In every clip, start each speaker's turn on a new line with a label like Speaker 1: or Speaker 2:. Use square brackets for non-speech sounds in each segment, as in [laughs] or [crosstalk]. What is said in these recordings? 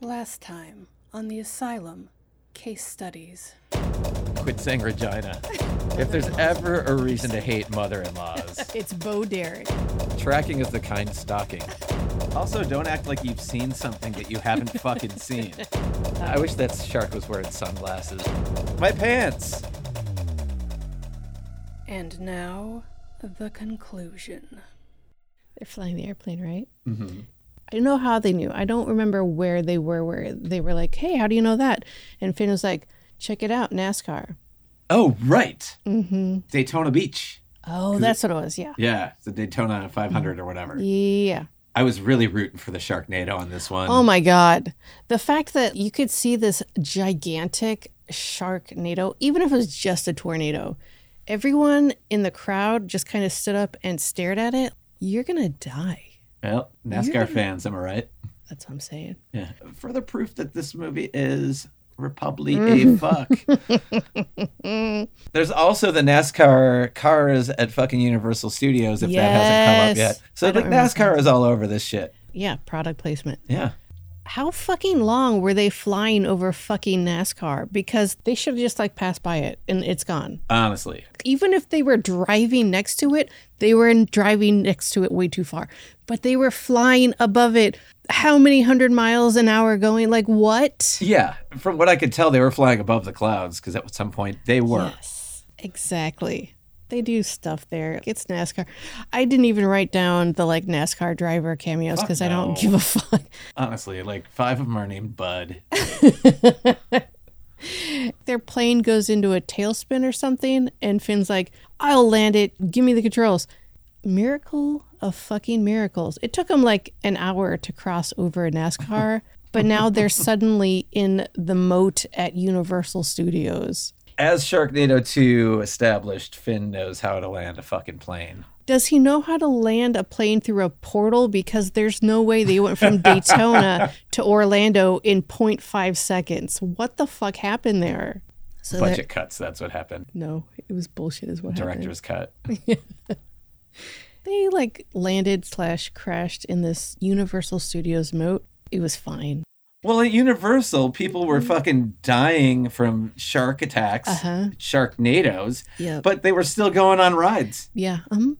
Speaker 1: Last time on the asylum case studies.
Speaker 2: Quit saying Regina. If there's ever a reason to hate mother in laws,
Speaker 3: [laughs] It's Bo Derek.
Speaker 2: tracking is the kind stocking. Also, don't act like you've seen something that you haven't fucking seen. I wish that shark was wearing sunglasses. My pants!
Speaker 1: And now, the conclusion.
Speaker 3: They're flying the airplane, right? Mm-hmm. I don't know how they knew. I don't remember where they were, where they were like, hey, how do you know that? And Finn was like, check it out, NASCAR.
Speaker 4: Oh, right. Daytona Beach.
Speaker 3: Oh, that's what it was. Yeah.
Speaker 4: Yeah, the Daytona 500 or whatever.
Speaker 3: Yeah.
Speaker 4: I was really rooting for the Sharknado on this one.
Speaker 3: Oh my God. The fact that you could see this gigantic shark NATO, even if it was just a tornado, everyone in the crowd just kind of stood up and stared at it. You're going to die.
Speaker 4: Well, NASCAR fans, am I right?
Speaker 3: That's what I'm saying.
Speaker 4: Yeah. Further proof that this movie is Republic
Speaker 3: Mm.
Speaker 4: a fuck. There's also the NASCAR cars at fucking Universal Studios, if that hasn't come up
Speaker 3: Yes.
Speaker 4: yet. So,
Speaker 3: I don't
Speaker 4: like, NASCAR is all over this shit.
Speaker 3: Yeah. Product placement.
Speaker 4: Yeah.
Speaker 3: how fucking long were they flying over fucking NASCAR? Because they should have just like passed by it and it's gone.
Speaker 4: Honestly.
Speaker 3: Even if they were driving next to it, they were in driving next to it way too far. But they were flying above it. How many hundred miles an hour going? Like what?
Speaker 4: Yeah. From what I could tell, they were flying above the clouds because at some point they were.
Speaker 3: Yes, exactly. They do stuff there. It's NASCAR. I didn't even write down the like NASCAR driver cameos
Speaker 4: Fuck
Speaker 3: because I
Speaker 4: no.
Speaker 3: don't give a [laughs] fuck.
Speaker 4: Honestly, like five of them are named Bud.
Speaker 3: their plane goes into a tailspin or something, and Finn's like, I'll land it. Give me the controls. Miracle of fucking miracles. It took them like an hour to cross over NASCAR, but now they're suddenly in the moat at Universal Studios.
Speaker 4: As Sharknado 2 established, Finn knows how to land a fucking plane.
Speaker 3: Does he know how to land a plane through a portal? Because there's no way they went from Daytona to Orlando in 0.5 seconds. What the fuck happened there? So that-
Speaker 4: Budget cuts, that's what happened.
Speaker 3: no, it was bullshit, is what happened.
Speaker 4: Director's cut.
Speaker 3: They like landed slash crashed in this Universal Studios moat. It was fine.
Speaker 4: Well, at Universal, people
Speaker 3: Mm-hmm.
Speaker 4: were fucking dying from shark attacks,
Speaker 3: Uh-huh.
Speaker 4: sharknados,
Speaker 3: Yep.
Speaker 4: but they were still going on
Speaker 3: [laughs]
Speaker 4: rides.
Speaker 3: Yeah. Um,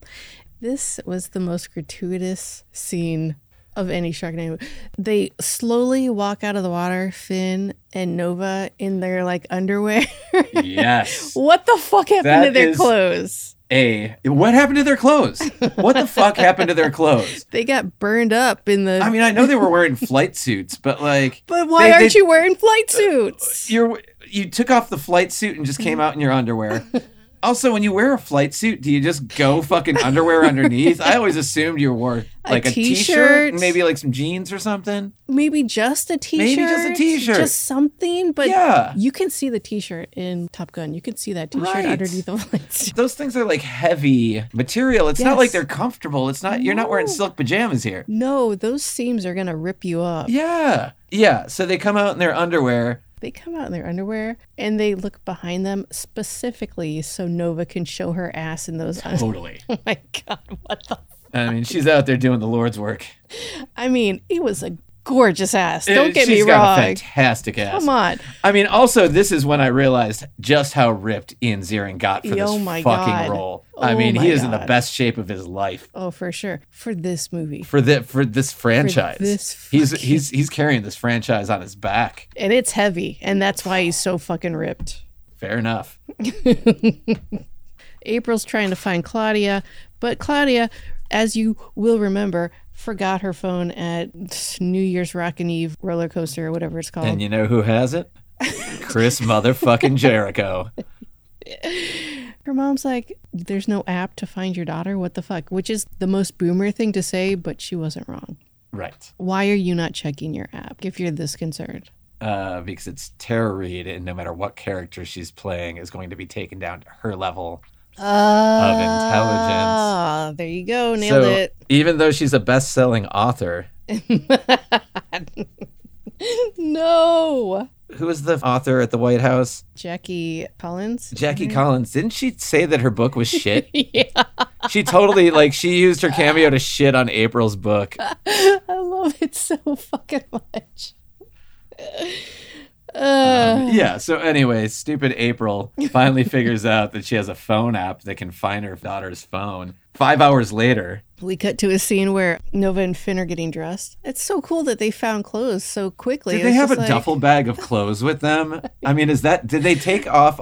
Speaker 3: this was the most gratuitous scene of any Sharknado. They slowly walk out of the water, Finn and Nova in their like underwear. [laughs]
Speaker 4: Yes.
Speaker 3: what the fuck happened
Speaker 4: That
Speaker 3: to their
Speaker 4: is-
Speaker 3: clothes?
Speaker 4: A. What happened to their clothes? What the fuck happened to their clothes?
Speaker 3: They got burned up in the.
Speaker 4: I mean, I know they were wearing flight suits, but like,
Speaker 3: but why
Speaker 4: they-
Speaker 3: aren't
Speaker 4: they-
Speaker 3: you wearing flight suits?
Speaker 4: you're you took off the flight suit and just came out in your
Speaker 3: [laughs]
Speaker 4: underwear. Also, when you wear a flight suit, do you just go fucking underwear underneath? I always assumed you wore like a
Speaker 3: t-shirt.
Speaker 4: t-shirt, and maybe like some jeans or something.
Speaker 3: Maybe just a t-shirt.
Speaker 4: Maybe just a t-shirt.
Speaker 3: Just something, but
Speaker 4: Yeah.
Speaker 3: you can see the t-shirt in Top Gun. You can see that t-shirt
Speaker 4: Right.
Speaker 3: underneath the lights. [laughs]
Speaker 4: Those things are like heavy material. It's not
Speaker 3: Yes.
Speaker 4: like they're comfortable. It's not you're not wearing
Speaker 3: No.
Speaker 4: silk pajamas here.
Speaker 3: No, those seams are gonna rip you up.
Speaker 4: Yeah. Yeah, so they come out in their underwear.
Speaker 3: They come out in their underwear and they look behind them specifically so Nova can show her ass in those. [laughs] Oh
Speaker 4: Totally.
Speaker 3: my god, what the?
Speaker 4: I mean, she's out there doing the Lord's work.
Speaker 3: I mean, it was a gorgeous ass. Don't get
Speaker 4: Eh, She's
Speaker 3: me
Speaker 4: got a
Speaker 3: wrong.
Speaker 4: fantastic ass.
Speaker 3: Come on.
Speaker 4: I mean, also, this is when I realized just how ripped Ian Ziering got for this
Speaker 3: Oh my
Speaker 4: fucking
Speaker 3: God.
Speaker 4: role. I
Speaker 3: Oh
Speaker 4: mean,
Speaker 3: my
Speaker 4: he is in the
Speaker 3: God.
Speaker 4: best shape of his life
Speaker 3: Oh, for sure. For this movie.
Speaker 4: for the for this franchise.
Speaker 3: this
Speaker 4: he's
Speaker 3: fucking-
Speaker 4: he's he's carrying this franchise on his back.
Speaker 3: And it's heavy, and that's why he's so fucking ripped.
Speaker 4: Fair enough.
Speaker 3: April's trying to find Claudia, but Claudia, as you will remember, forgot her phone at New Year's Rockin' Eve roller coaster or whatever it's called.
Speaker 4: And you know who has
Speaker 3: [laughs]
Speaker 4: it? Chris motherfucking Jericho.
Speaker 3: her mom's like, There's no app to find your daughter. What the fuck? Which is the most boomer thing to say, but she wasn't wrong.
Speaker 4: Right.
Speaker 3: Why are you not checking your app if you're this concerned?
Speaker 4: Uh, because it's Tara Reid, and no matter what character she's playing, is going to be taken down to her level of intelligence.
Speaker 3: Ah, there you go. Nailed
Speaker 4: so,
Speaker 3: it.
Speaker 4: even though she's a best-selling author,
Speaker 3: [laughs] No.
Speaker 4: who was the author at the White House?
Speaker 3: Jackie
Speaker 4: [laughs]
Speaker 3: Collins.
Speaker 4: Jackie Collins, didn't she say that her book was shit?
Speaker 3: Yeah.
Speaker 4: she totally like she used her cameo
Speaker 3: [laughs]
Speaker 4: to shit on April's book.
Speaker 3: I love it so fucking much.
Speaker 4: Um, yeah. So anyway, stupid April finally figures out that she has a phone app that can find her daughter's phone. Five hours later,
Speaker 3: We cut to a scene where Nova and Finn are getting dressed. It's so cool that they found clothes so quickly.
Speaker 4: did
Speaker 3: It
Speaker 4: they
Speaker 3: was
Speaker 4: have a
Speaker 3: just like-
Speaker 4: duffel bag of clothes with them? I mean, is that did they take off?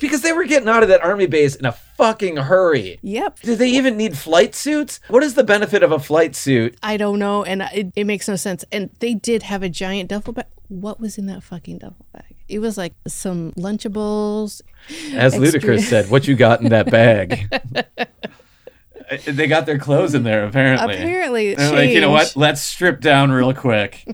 Speaker 4: Because they were getting out of that army base in a fucking hurry.
Speaker 3: Yep.
Speaker 4: Do they even need flight suits? What is the benefit of a flight suit?
Speaker 3: I don't know, and it, it makes no sense. And they did have a giant duffel bag. What was in that fucking duffel bag? It was like some Lunchables.
Speaker 4: As Ludacris said, what you got in that bag? [laughs] they got their clothes in there, apparently.
Speaker 3: Apparently, it
Speaker 4: They're Uh, like, you know what?
Speaker 3: changed.
Speaker 4: Let's strip down real quick.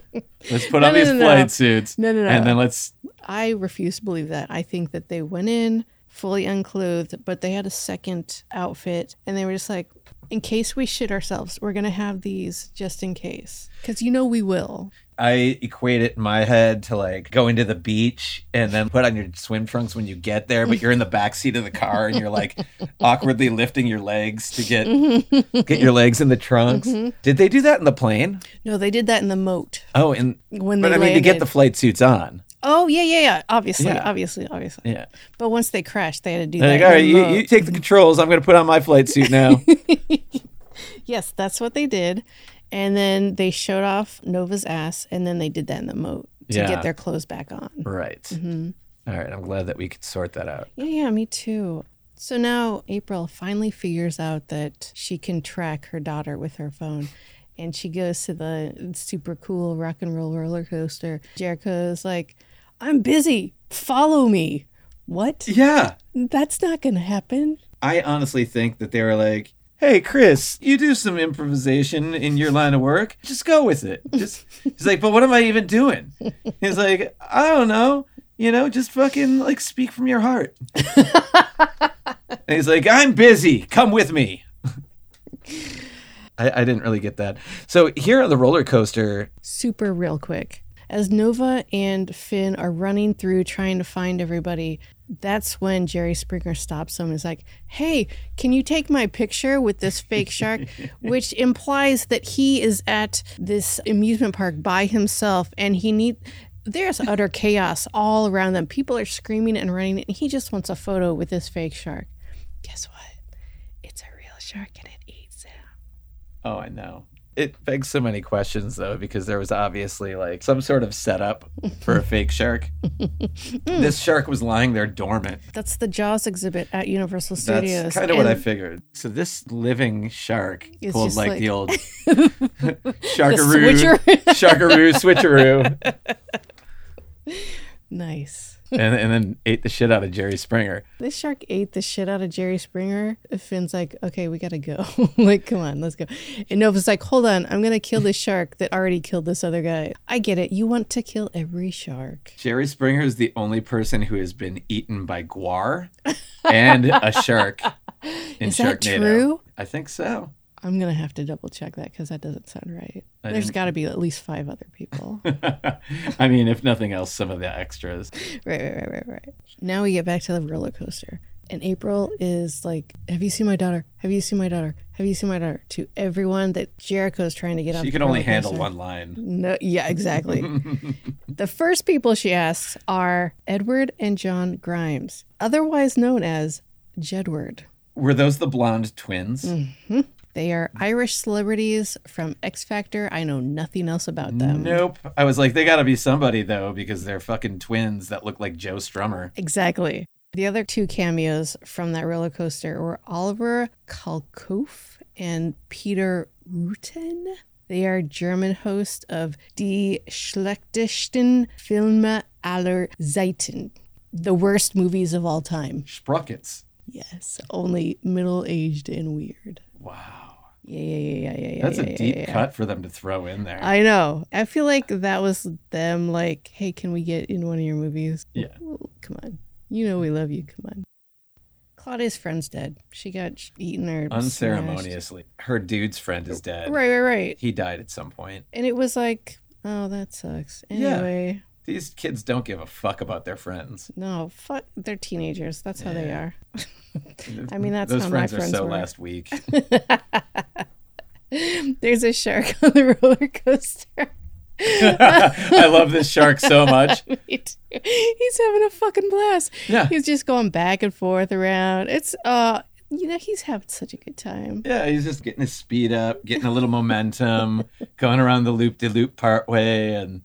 Speaker 4: Let's put
Speaker 3: No,
Speaker 4: on
Speaker 3: no,
Speaker 4: these
Speaker 3: no, no.
Speaker 4: flight suits.
Speaker 3: No, no, no.
Speaker 4: And then let's.
Speaker 3: I refuse to believe that. I think that they went in fully unclothed, but they had a second outfit, and they were just like, in case we shit ourselves, we're gonna have these just in case, because you know we will.
Speaker 4: I equate it in my head to like going to the beach and then put on your swim trunks when you get there, but you're in the back seat of the car and you're
Speaker 3: [laughs]
Speaker 4: like awkwardly lifting your legs to get get your legs in the trunks.
Speaker 3: Mm-hmm.
Speaker 4: Did they do that in the plane?
Speaker 3: No, they did that in the moat
Speaker 4: Oh, and
Speaker 3: when
Speaker 4: but
Speaker 3: they
Speaker 4: I mean to get
Speaker 3: landed.
Speaker 4: the flight suits on.
Speaker 3: Oh yeah, yeah, yeah. Obviously,
Speaker 4: Yeah.
Speaker 3: obviously, obviously.
Speaker 4: Yeah.
Speaker 3: But once they crashed, they had to do
Speaker 4: They're
Speaker 3: that.
Speaker 4: like, all right,
Speaker 3: in the
Speaker 4: you,
Speaker 3: moat.
Speaker 4: you take the controls. I'm going to put on my flight suit
Speaker 3: [laughs]
Speaker 4: now.
Speaker 3: Yes, that's what they did. And then they showed off Nova's ass, and then they did that in the moat to
Speaker 4: Yeah.
Speaker 3: get their clothes back on.
Speaker 4: right.
Speaker 3: Mm-hmm.
Speaker 4: All right. I'm glad that we could sort that out.
Speaker 3: Yeah, yeah, me too. So now April finally figures out that she can track her daughter with her phone. And she goes to the super cool rock and roll roller coaster. Jericho's like, I'm busy. Follow me. What?
Speaker 4: Yeah.
Speaker 3: That's not going to happen.
Speaker 4: I honestly think that they were like, "Hey, Chris, you do some improvisation in your line of work. Just go with it." Just he's like, "But what am I even doing?" He's like, "I don't know. You know, just fucking like speak from your heart." and he's like, "I'm busy. Come with me." [laughs] I, I didn't really get that. So here on the roller coaster,
Speaker 3: super real quick. As Nova and Finn are running through trying to find everybody, that's when Jerry Springer stops them and is like, Hey, can you take my picture with this
Speaker 4: [laughs]
Speaker 3: fake shark? Which implies that he is at this amusement park by himself and he need there's utter chaos all around them. People are screaming and running, and he just wants a photo with this fake shark. Guess what? It's a real shark and it eats him.
Speaker 4: oh, I know. It begs so many questions though, because there was obviously like some sort of setup for a fake
Speaker 3: [laughs]
Speaker 4: shark. this shark was lying there dormant.
Speaker 3: That's the Jaws exhibit at Universal Studios.
Speaker 4: That's kind of what I
Speaker 3: and-
Speaker 4: figured. So this living shark
Speaker 3: It's
Speaker 4: pulled
Speaker 3: just
Speaker 4: like,
Speaker 3: like-
Speaker 4: the
Speaker 3: [laughs]
Speaker 4: old sharkaroo,
Speaker 3: switcheroo.
Speaker 4: [laughs] sharkaroo, switcheroo, and,
Speaker 3: Nice.
Speaker 4: and then ate the shit out of Jerry Springer.
Speaker 3: This shark ate the shit out of Jerry Springer. Finn's like, okay, we gotta go. [laughs] like, come on, let's go. And Nova's like, hold on, I'm gonna kill this shark that already killed this other guy. I get it. You want to kill every shark.
Speaker 4: Jerry Springer is the only person who has been eaten by guar and a
Speaker 3: [laughs]
Speaker 4: shark in
Speaker 3: Is that
Speaker 4: Sharknado.
Speaker 3: true?
Speaker 4: I think so.
Speaker 3: I'm gonna have to double check that because that doesn't sound right.
Speaker 4: I
Speaker 3: There's
Speaker 4: didn't-
Speaker 3: gotta be at least five other
Speaker 4: [laughs]
Speaker 3: people. right,
Speaker 4: I mean, if nothing else, some of the extras.
Speaker 3: right, right, right, right. Now we get back to the roller coaster. And April is like, Have you seen my daughter? Have you seen my daughter? Have you seen my daughter? To everyone that Jericho's trying to get off.
Speaker 4: She
Speaker 3: the
Speaker 4: can only
Speaker 3: roller
Speaker 4: handle
Speaker 3: coaster.
Speaker 4: one line.
Speaker 3: No, yeah, exactly. the first people she asks are Edward and John Grimes, otherwise known as Jedward.
Speaker 4: Were those the blonde twins?
Speaker 3: Mm-hmm. They are Irish celebrities from X Factor. I know nothing else about them.
Speaker 4: Nope. I was like, they got to be somebody though, because they're fucking twins that look like Joe Strummer.
Speaker 3: Exactly. The other two cameos from that roller coaster were Oliver Kalkofe and Peter Rutten. They are German hosts of Die schlechtesten Filme aller Zeiten, the worst movies of all time.
Speaker 4: Sprockets.
Speaker 3: Yes, only middle aged and weird.
Speaker 4: Wow.
Speaker 3: Yeah, yeah, yeah, yeah, yeah. yeah,
Speaker 4: That's
Speaker 3: yeah,
Speaker 4: a
Speaker 3: yeah,
Speaker 4: deep
Speaker 3: yeah.
Speaker 4: cut for them to throw in there.
Speaker 3: I know. I feel like that was them. Like, hey, can we get in one of your movies?
Speaker 4: Yeah.
Speaker 3: Well, come on. You know we love you. Come on. Claudia's friend's dead. She got sh- eaten or smashed.
Speaker 4: Unceremoniously. Her dude's friend is dead.
Speaker 3: Right, right, right.
Speaker 4: He died at some point.
Speaker 3: And it was like, oh, that sucks.
Speaker 4: Yeah.
Speaker 3: Anyway,
Speaker 4: These kids don't give a fuck about their friends.
Speaker 3: no, fuck. They're teenagers. That's how they are. [laughs] I mean, that's
Speaker 4: Those
Speaker 3: how
Speaker 4: friends,
Speaker 3: my friends
Speaker 4: are so
Speaker 3: were.
Speaker 4: last week. [laughs]
Speaker 3: [laughs] There's a shark on the roller coaster. [laughs]
Speaker 4: I love this shark so much.
Speaker 3: Me too. He's having a fucking blast.
Speaker 4: Yeah.
Speaker 3: He's just going back and forth around. It's uh you know, he's having such a good time.
Speaker 4: Yeah, he's just getting his speed up, getting a little
Speaker 3: [laughs]
Speaker 4: momentum, going around the loop de loop part way and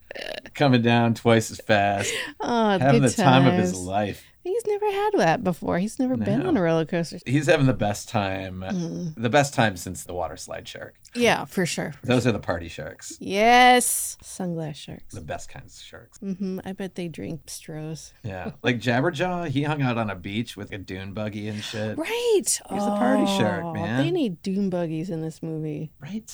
Speaker 4: coming down twice as fast.
Speaker 3: Oh,
Speaker 4: Having the
Speaker 3: good
Speaker 4: time of his
Speaker 3: times.
Speaker 4: life.
Speaker 3: He's never had that before. He's never been
Speaker 4: No.
Speaker 3: on a roller coaster.
Speaker 4: He's having the best time, uh,
Speaker 3: Mm-hmm.
Speaker 4: the best time since the water slide shark.
Speaker 3: Yeah, for sure.
Speaker 4: Those are the party sharks,
Speaker 3: Yes. Sunglass sharks.
Speaker 4: the best kinds of sharks.
Speaker 3: hmm I bet they drink Strohs. [laughs]
Speaker 4: Yeah, like Jabberjaw, he hung out on a beach with a dune buggy and shit.
Speaker 3: Right. He's
Speaker 4: He's a party shark, man.
Speaker 3: They need doom buggies in this movie.
Speaker 4: Right?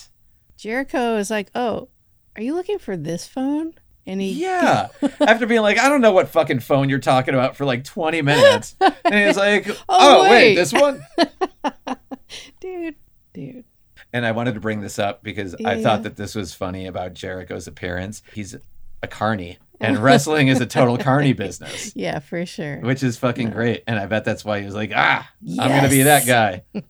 Speaker 3: Jericho is like, oh, are you looking for this phone? And he [laughs]
Speaker 4: Yeah. After being like, I don't know what fucking phone you're talking about for like 20 minutes, and he's
Speaker 3: [laughs]
Speaker 4: like, Oh, wait.
Speaker 3: wait.
Speaker 4: this one.
Speaker 3: dude, dude.
Speaker 4: And I wanted to bring this up because
Speaker 3: Yeah.
Speaker 4: I thought that this was funny about Jericho's appearance. He's a
Speaker 3: [laughs]
Speaker 4: carny, and wrestling is a total carny business.
Speaker 3: Yeah, for sure.
Speaker 4: Which is fucking great. And I bet that's why he was like, ah, I'm going to be that
Speaker 3: Yes. [laughs]
Speaker 4: guy.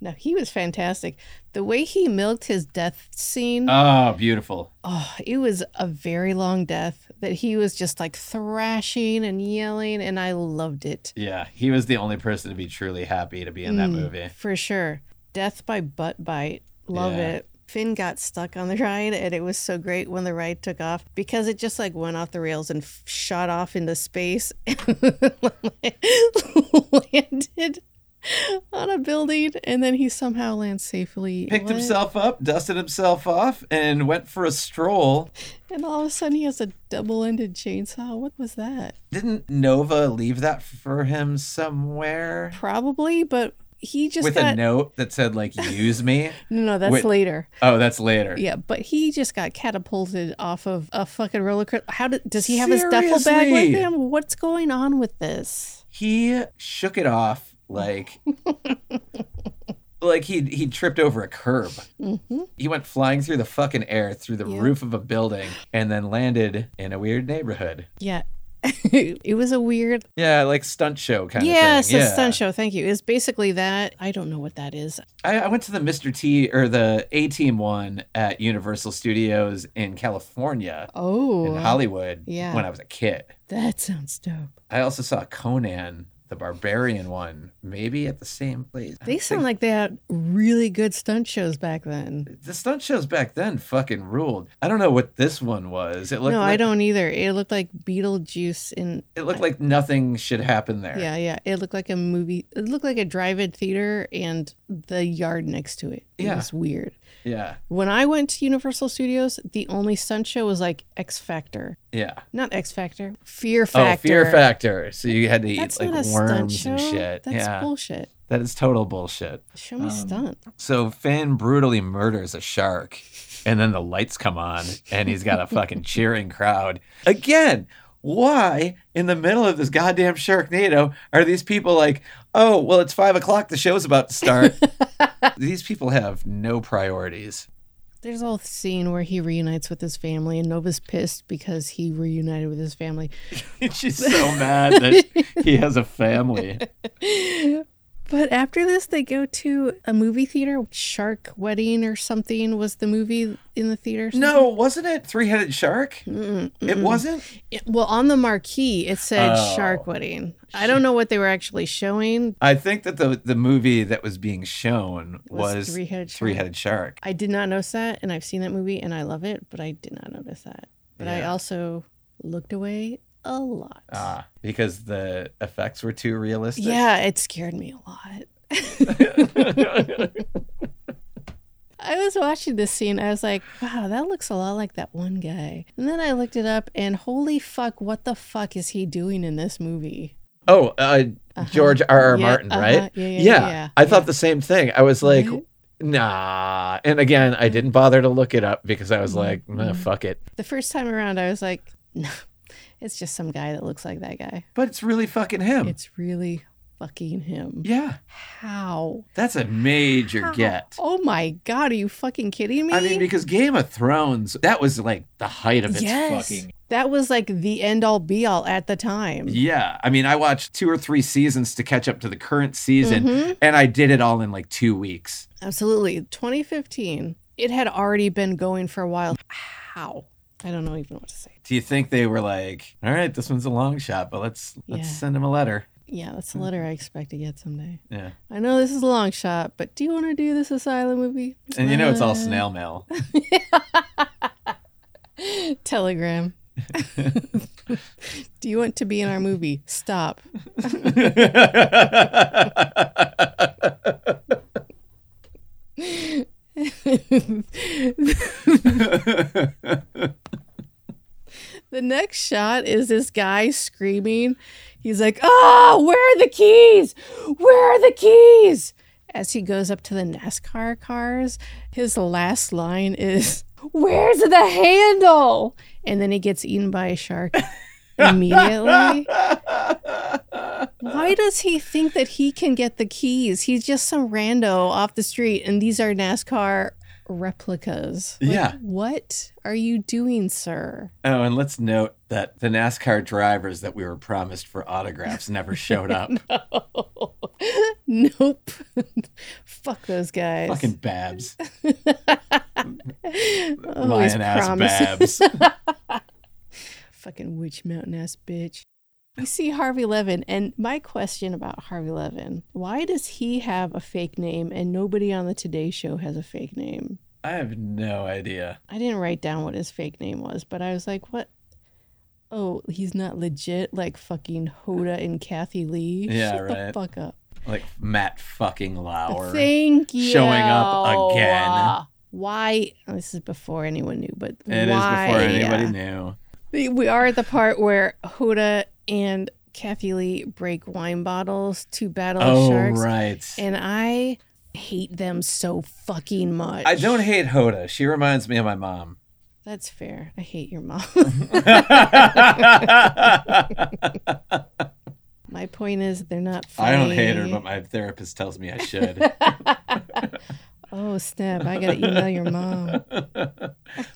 Speaker 3: No, he was fantastic. The way he milked his death scene,
Speaker 4: Oh, beautiful.
Speaker 3: oh, it was a very long death that he was just like thrashing and yelling, and I loved it.
Speaker 4: Yeah, he was the only person to be truly happy to be in that
Speaker 3: Mm,
Speaker 4: movie.
Speaker 3: For sure. Death by butt bite. Love
Speaker 4: Yeah.
Speaker 3: it. Finn got stuck on the [laughs] ride and it was so great when the ride took off because it just like went off the rails and f- shot off into space [laughs] and landed on a building and then he somehow lands safely.
Speaker 4: Picked
Speaker 3: What?
Speaker 4: himself up, dusted himself off, and went for a stroll.
Speaker 3: And all of a sudden he has a double-ended chainsaw. What was that?
Speaker 4: Didn't Nova leave that for him somewhere?
Speaker 3: Probably, but he just
Speaker 4: With
Speaker 3: got
Speaker 4: a note that said, like, use me?
Speaker 3: No, no, that's
Speaker 4: Wait.
Speaker 3: later.
Speaker 4: Oh, that's later.
Speaker 3: Yeah, but he just got catapulted off of a fucking roller coaster. How did, does he have his duffel bag with
Speaker 4: Seriously?
Speaker 3: him? What's going on with this?
Speaker 4: he shook it off
Speaker 3: [laughs]
Speaker 4: like like he he tripped over a curb.
Speaker 3: Mm-hmm.
Speaker 4: He went flying through the fucking air through the
Speaker 3: Yeah.
Speaker 4: roof of a building and then landed in a weird neighborhood.
Speaker 3: Yeah. [laughs] it was a weird
Speaker 4: Yeah, like stunt show kind
Speaker 3: yes
Speaker 4: of thing.
Speaker 3: a stunt show thank you it's basically that i don't know what that is
Speaker 4: I, I went to the Mr. T or the A Team one at Universal Studios in California
Speaker 3: oh
Speaker 4: in Hollywood
Speaker 3: Yeah.
Speaker 4: when I was a kid.
Speaker 3: that sounds dope
Speaker 4: I also saw Conan the Barbarian one, maybe at the same place. I
Speaker 3: they
Speaker 4: don't
Speaker 3: sound
Speaker 4: think-
Speaker 3: like they had really good stunt shows back then
Speaker 4: the stunt shows back then fucking ruled. I don't know what this one was. It looked
Speaker 3: no
Speaker 4: like,
Speaker 3: i don't either it looked like beetlejuice in
Speaker 4: It looked like nothing should happen there.
Speaker 3: yeah yeah it looked like a movie it looked like a drive-in theater and the yard next to it it
Speaker 4: Yeah.
Speaker 3: was weird
Speaker 4: yeah,
Speaker 3: When I went to Universal Studios, the only stunt show was like X Factor.
Speaker 4: yeah.
Speaker 3: Not X Factor, Fear
Speaker 4: Oh,
Speaker 3: Factor.
Speaker 4: Fear Factor. So you had to eat
Speaker 3: That's
Speaker 4: like
Speaker 3: not a stunt
Speaker 4: worms
Speaker 3: show.
Speaker 4: and shit.
Speaker 3: That's
Speaker 4: yeah,
Speaker 3: bullshit.
Speaker 4: that is total bullshit.
Speaker 3: Show me
Speaker 4: Um,
Speaker 3: stunt.
Speaker 4: So Finn brutally murders a shark, and then the lights come on, and he's got a fucking [laughs] cheering crowd again. Why in the middle of this goddamn Sharknado are these people like, oh, well, it's five o'clock, the show's about to [laughs] start? these people have no [laughs] priorities.
Speaker 3: There's a whole scene where he reunites with his family, and Nova's pissed because he reunited with his family.
Speaker 4: She's [laughs] so mad that he has a family.
Speaker 3: But after this, they go to a movie theater. Shark Wedding or something was the movie in the theater.
Speaker 4: No, wasn't it Three Headed Shark?
Speaker 3: Mm-mm,
Speaker 4: It
Speaker 3: mm-mm.
Speaker 4: wasn't?
Speaker 3: It- well, on the marquee, it said
Speaker 4: Oh.
Speaker 3: Shark Wedding. I don't know what they were actually showing.
Speaker 4: I think that the, the movie that was being shown
Speaker 3: Was
Speaker 4: was Three
Speaker 3: Three-Headed Shark.
Speaker 4: Headed Shark.
Speaker 3: I did not notice that, and I've seen that movie and I love it, but I did not notice that. But I
Speaker 4: Yeah.
Speaker 3: also looked away a lot.
Speaker 4: Ah, because the effects were too realistic.
Speaker 3: yeah, it scared me a lot. I was watching this scene. I was like, wow, that looks a lot like that one guy. And then I looked it up, and holy fuck, what the fuck is he doing in this movie?
Speaker 4: [laughs] oh, uh,
Speaker 3: Uh-huh.
Speaker 4: George R. R.
Speaker 3: Yeah,
Speaker 4: Martin,
Speaker 3: uh-huh.
Speaker 4: right?
Speaker 3: Yeah, yeah,
Speaker 4: Yeah,
Speaker 3: yeah, yeah.
Speaker 4: I thought the same thing. I was like,
Speaker 3: Right?
Speaker 4: nah. And again, I didn't bother to look it up because I was like, "Nah,
Speaker 3: Mhm.
Speaker 4: fuck it.
Speaker 3: The first time around, I was like, [laughs] no, it's just some guy that looks like that guy.
Speaker 4: But it's really fucking him.
Speaker 3: It's really fucking him.
Speaker 4: yeah,
Speaker 3: How?
Speaker 4: that's a major
Speaker 3: How?
Speaker 4: get.
Speaker 3: Oh my god, are you fucking kidding me?
Speaker 4: I mean, because Game of Thrones, that was like the height of its
Speaker 3: yes.
Speaker 4: fucking.
Speaker 3: That was like the end all be all at the time.
Speaker 4: Yeah. I mean, I watched two or three seasons to catch up to the current season,
Speaker 3: Mhm.
Speaker 4: and I did it all in like two weeks.
Speaker 3: Absolutely. 2015. It had already been going for a while. How? I don't know even what to say.
Speaker 4: Do you think they were like, all right, this one's a long shot, but let's let's
Speaker 3: Yeah.
Speaker 4: send him a letter?
Speaker 3: Yeah, that's
Speaker 4: Hmm.
Speaker 3: the letter I expect to get someday.
Speaker 4: Yeah.
Speaker 3: I know this is a long shot, but do you want to do this asylum movie?
Speaker 4: And you know it's all
Speaker 3: Uh,
Speaker 4: snail
Speaker 3: [laughs]
Speaker 4: mail. [laughs]
Speaker 3: Telegram. [laughs] do you want to be in our movie? Stop. [laughs] the next shot is this guy screaming. He's like, "Ah, where are the keys? Where are the keys?" As he goes up to the NASCAR cars, his last line is, "Where's the handle?" And then he gets eaten by a shark immediately. Why does he think that he can get the keys? He's just some rando off the street, and these are NASCAR replicas. Like,
Speaker 4: Yeah.
Speaker 3: What are you doing, sir?
Speaker 4: Oh, and let's note that the NASCAR drivers that we were promised for autographs never showed
Speaker 3: [laughs]
Speaker 4: up.
Speaker 3: nope. Fuck those guys.
Speaker 4: Fucking
Speaker 3: [laughs]
Speaker 4: Babs.
Speaker 3: Always
Speaker 4: Lion ass
Speaker 3: promising-
Speaker 4: Babs.
Speaker 3: [laughs] Fucking witch mountain ass bitch. We see Harvey Levin, and my question about Harvey Levin why does he have a fake name and nobody on the Today Show has a fake name?
Speaker 4: I have no idea.
Speaker 3: I didn't write down what his fake name was, but I was like, what? Oh, he's not legit like fucking Hoda and Kathy Lee.
Speaker 4: Yeah,
Speaker 3: Shut the
Speaker 4: right.
Speaker 3: fuck up.
Speaker 4: Like Matt fucking Lauer.
Speaker 3: Thank you.
Speaker 4: showing up again.
Speaker 3: Why? oh, this is before anyone knew, but
Speaker 4: It is
Speaker 3: why?
Speaker 4: before anybody knew.
Speaker 3: We- We are at the part where Hoda and Kathy Lee break wine bottles to battle
Speaker 4: Oh,
Speaker 3: sharks,
Speaker 4: right.
Speaker 3: and I hate them so fucking much.
Speaker 4: I don't hate Hoda. She reminds me of my mom.
Speaker 3: That's fair. I hate
Speaker 4: [laughs]
Speaker 3: your mom. My point is, they're not.
Speaker 4: I
Speaker 3: Funny.
Speaker 4: don't hate her, but my therapist tells me I should.
Speaker 3: Oh snap! I gotta email your mom.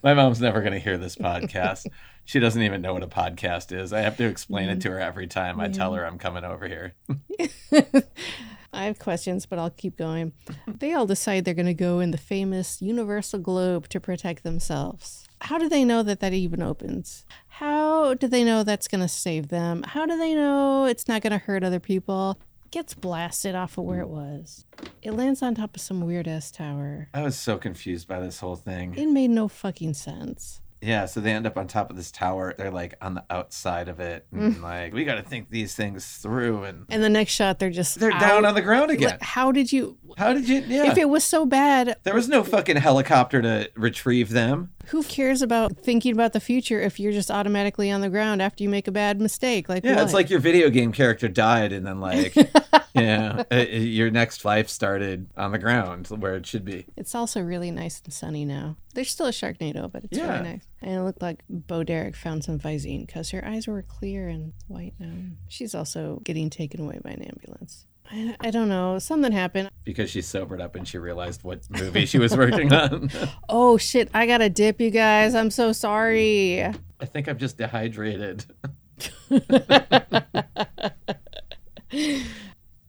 Speaker 4: my mom's never going to hear this podcast. She doesn't even know what a podcast is. I have to explain it to her every time I tell her I'm coming over here.
Speaker 3: [laughs] I have questions, but I'll
Speaker 4: [laughs]
Speaker 3: keep going. They all decide they're going to go in the famous universal globe to protect themselves. How do they know that that even opens? How do they know that's going to save them? How do they know it's not going to hurt other people? Gets blasted off of where it was. It lands on top of some weird ass tower.
Speaker 4: I was so confused by this whole thing.
Speaker 3: It made no fucking sense.
Speaker 4: Yeah, so they end up on top of this tower. They're like on the outside of it. And
Speaker 3: Mm.
Speaker 4: like, we got to think these things through. And
Speaker 3: And the next shot, they're just
Speaker 4: they're
Speaker 3: out.
Speaker 4: down on the ground again.
Speaker 3: Like, How did you?
Speaker 4: How did you? Yeah.
Speaker 3: If it was so bad,
Speaker 4: there was no fucking helicopter to retrieve them.
Speaker 3: Who cares about thinking about the future if you're just automatically on the ground after you make a bad mistake? Like
Speaker 4: Yeah,
Speaker 3: what?
Speaker 4: it's like your video game character died, and then like,
Speaker 3: [laughs]
Speaker 4: yeah, uh, your next life started on the ground where it should be.
Speaker 3: it's also really nice and sunny now. There's still a Sharknado, but it's
Speaker 4: Yeah.
Speaker 3: really nice. And it looked like Bo Derek found some Visine because her eyes were clear and white now. She's also getting taken away by an ambulance. I, I don't know. Something happened.
Speaker 4: Because she sobered up and she realized what movie she was working on. [laughs]
Speaker 3: Oh shit! I gotta dip, you guys. I'm so sorry.
Speaker 4: I think I'm just dehydrated. [laughs]
Speaker 3: [laughs]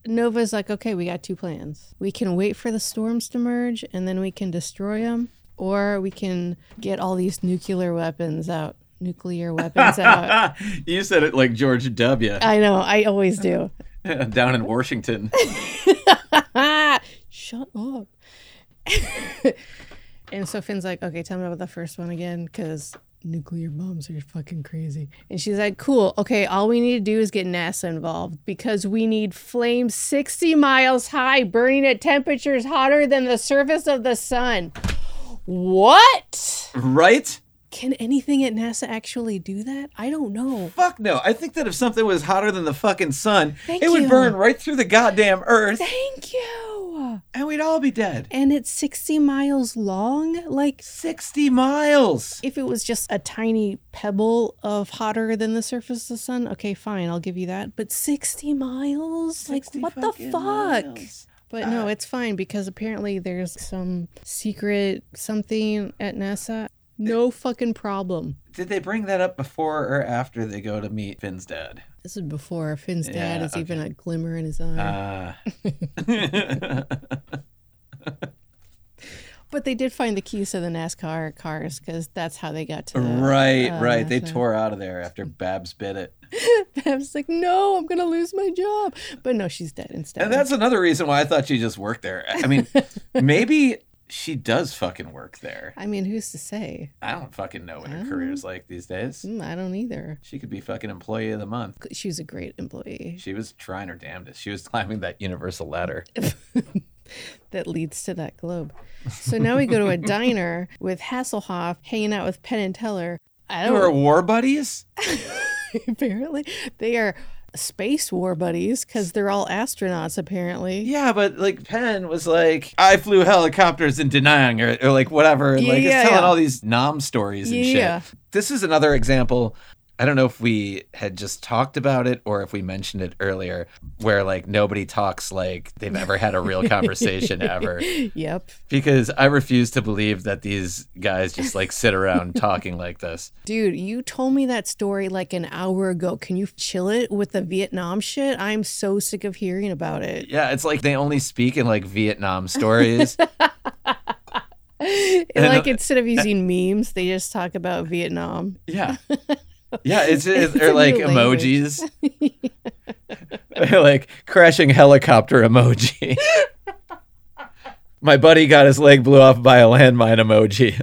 Speaker 3: Nova's like, okay, we got two plans. We can wait for the storms to merge and then we can destroy them, or we can get all these nuclear weapons out. Nuclear weapons out.
Speaker 4: you said it like George W.
Speaker 3: I know, I always do.
Speaker 4: [laughs] down in Washington.
Speaker 3: Ah, shut up. [laughs] and so Finn's like, okay, tell me about the first one again, because nuclear bombs are fucking crazy. And she's like, cool, okay, all we need to do is get NASA involved because we need flames 60 miles high burning at temperatures hotter than the surface of the sun. What?
Speaker 4: right?
Speaker 3: Can anything at NASA actually do that? I don't know.
Speaker 4: Fuck no. I think that if something was hotter than the fucking sun,
Speaker 3: Thank
Speaker 4: it would
Speaker 3: you.
Speaker 4: burn right through the goddamn earth
Speaker 3: Thank you.
Speaker 4: and we'd all be dead.
Speaker 3: And it's 60 miles long? Like,
Speaker 4: 60 miles.
Speaker 3: if it was just a tiny pebble of hotter than the surface of the sun, okay, fine, I'll give you that. But 60 miles? like, what the fuck? But no, it's fine because apparently there's some secret something at NASA. No fucking problem.
Speaker 4: Did they bring that up before or after they go to meet Finn's dad?
Speaker 3: This is before Finn's dad
Speaker 4: Yeah, Uh,
Speaker 3: is even a
Speaker 4: [laughs]
Speaker 3: glimmer in his eye.
Speaker 4: Uh,
Speaker 3: But they did find the keys to the NASCAR cars because that's how they got to. the-
Speaker 4: Right,
Speaker 3: uh,
Speaker 4: right. They
Speaker 3: so-
Speaker 4: tore out of there after Babs bit it.
Speaker 3: [laughs] I was like, no, I'm gonna lose my job. But no, she's dead instead.
Speaker 4: And that's another reason why I thought she just worked there. I mean, maybe she does fucking work there.
Speaker 3: I mean, who's to say?
Speaker 4: I don't fucking know what
Speaker 3: I
Speaker 4: her
Speaker 3: don't
Speaker 4: career's like these days.
Speaker 3: Hmm, I don't either.
Speaker 4: She could be fucking employee of the month.
Speaker 3: She was a great employee.
Speaker 4: She was trying her damnedest. She was [laughs] climbing that universal ladder.
Speaker 3: that leads to that globe. So now we go [laughs] to a diner with Hasselhoff hanging out with Penn and Teller. I
Speaker 4: They
Speaker 3: don't
Speaker 4: were war buddies?
Speaker 3: [laughs] apparently they are space war buddies because they're all astronauts apparently. [laughs]
Speaker 4: Yeah, but like Penn was like, I flew helicopters and denying or, or like whatever. and, like
Speaker 3: Yeah,
Speaker 4: it's telling
Speaker 3: yeah.
Speaker 4: all these nom stories and
Speaker 3: Yeah.
Speaker 4: shit. This is another example. I don't know if we had just talked about it or if we mentioned it earlier, where like nobody talks like they've ever had a
Speaker 3: [laughs]
Speaker 4: real conversation ever.
Speaker 3: Yep.
Speaker 4: Because I refuse to believe that these guys just like sit around talking like this.
Speaker 3: Dude, you told me that story like an hour ago. Can you chill it with the Vietnam shit? I'm so sick of hearing about it. [laughs]
Speaker 4: Yeah, it's like they only speak in like Vietnam stories. And,
Speaker 3: like
Speaker 4: uh,
Speaker 3: instead of using memes, they just talk about Vietnam.
Speaker 4: [laughs] Yeah. Yeah, it's,
Speaker 3: It's
Speaker 4: it's
Speaker 3: a
Speaker 4: or like
Speaker 3: new language.
Speaker 4: emojis. [laughs] like crashing helicopter [laughs] emoji. My buddy got his leg blew off by a landmine emoji.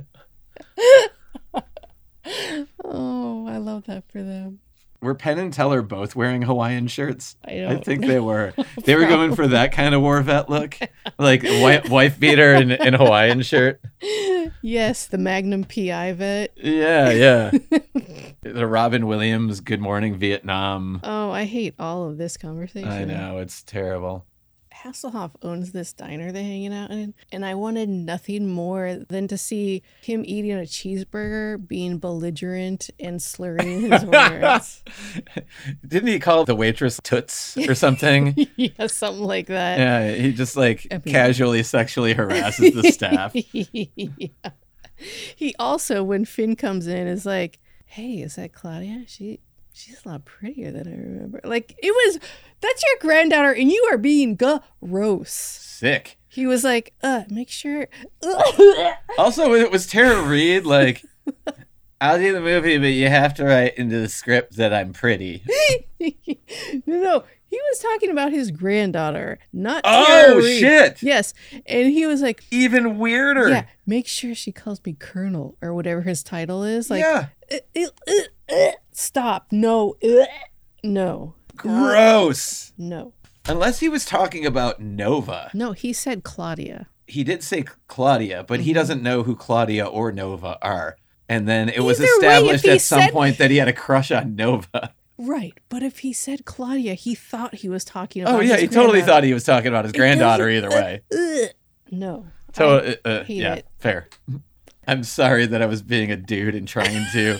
Speaker 3: Oh, I love that for them.
Speaker 4: Were Penn and Teller both wearing Hawaiian shirts?
Speaker 3: I
Speaker 4: I
Speaker 3: don't
Speaker 4: think they were. [laughs] They were going for that kind of war vet look, like wife, wife beater and, and Hawaiian shirt.
Speaker 3: Yes, the Magnum PI vet.
Speaker 4: Yeah, yeah. [laughs] the Robin Williams Good Morning Vietnam.
Speaker 3: Oh, I hate all of this conversation.
Speaker 4: I know it's terrible.
Speaker 3: Hasselhoff owns this diner they're hanging out in, and I wanted nothing more than to see him eating a cheeseburger, being belligerent and
Speaker 4: [laughs]
Speaker 3: slurring his words.
Speaker 4: Didn't he call the waitress Toots or
Speaker 3: [laughs]
Speaker 4: something?
Speaker 3: yeah, something like that.
Speaker 4: Yeah, he just like
Speaker 3: I mean-
Speaker 4: casually sexually harasses
Speaker 3: [laughs]
Speaker 4: the staff.
Speaker 3: Yeah. He also, when Finn comes in, is like, "Hey, is that Claudia? She she's a lot prettier than I remember." Like it was. That's your granddaughter, and you are being gross.
Speaker 4: Sick.
Speaker 3: He was like, "Uh, make sure." [laughs]
Speaker 4: Also, it was Tara Reid
Speaker 3: [laughs]
Speaker 4: like, I'll do the movie, but you have to write into the script that I'm pretty.
Speaker 3: no, no, he was talking about his granddaughter, not [gasps] Tara
Speaker 4: Oh
Speaker 3: Reid.
Speaker 4: shit!
Speaker 3: Yes, and he was like,
Speaker 4: Even weirder.
Speaker 3: "Yeah, make sure she calls me Colonel or whatever his title is." Like,
Speaker 4: yeah.
Speaker 3: "Uh, uh, uh, uh, stop! No, uh, no,
Speaker 4: Gross.
Speaker 3: no,
Speaker 4: Unless he was talking about Nova.
Speaker 3: no. He said Claudia.
Speaker 4: He did say Claudia, but he
Speaker 3: Mhm.
Speaker 4: doesn't know who Claudia or Nova are. And then it was
Speaker 3: Either way, if
Speaker 4: established
Speaker 3: he
Speaker 4: at some
Speaker 3: said-
Speaker 4: point that he had a crush on Nova.
Speaker 3: Right, but if he said Claudia, he thought he was talking about.
Speaker 4: Oh yeah,
Speaker 3: his
Speaker 4: he totally
Speaker 3: granddaughter.
Speaker 4: thought [laughs] he was talking about his
Speaker 3: doesn't-
Speaker 4: granddaughter either way.
Speaker 3: Ugh. no.
Speaker 4: [laughs] So,
Speaker 3: I-
Speaker 4: uh, uh,
Speaker 3: hate
Speaker 4: yeah,
Speaker 3: it.
Speaker 4: fair. I'm sorry that I was being a dude and trying to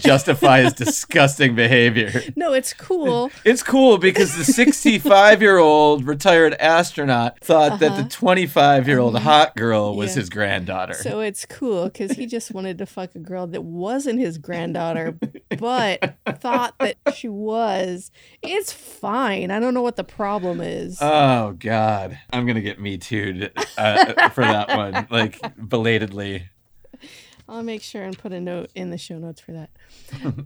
Speaker 4: [laughs] justify his disgusting behavior.
Speaker 3: no, it's cool.
Speaker 4: It's cool because the 65 year old retired astronaut thought that the
Speaker 3: Uh-huh.
Speaker 4: 25 year old hot girl was
Speaker 3: Yeah.
Speaker 4: his granddaughter.
Speaker 3: So it's cool because he just wanted to fuck a girl that wasn't his granddaughter, but thought that she was. It's fine. I don't know what the problem is.
Speaker 4: oh, God. I'm going to get Me Too'd uh, for that one, like belatedly.
Speaker 3: I'll make sure and put a note in the show notes for
Speaker 4: [laughs]
Speaker 3: that.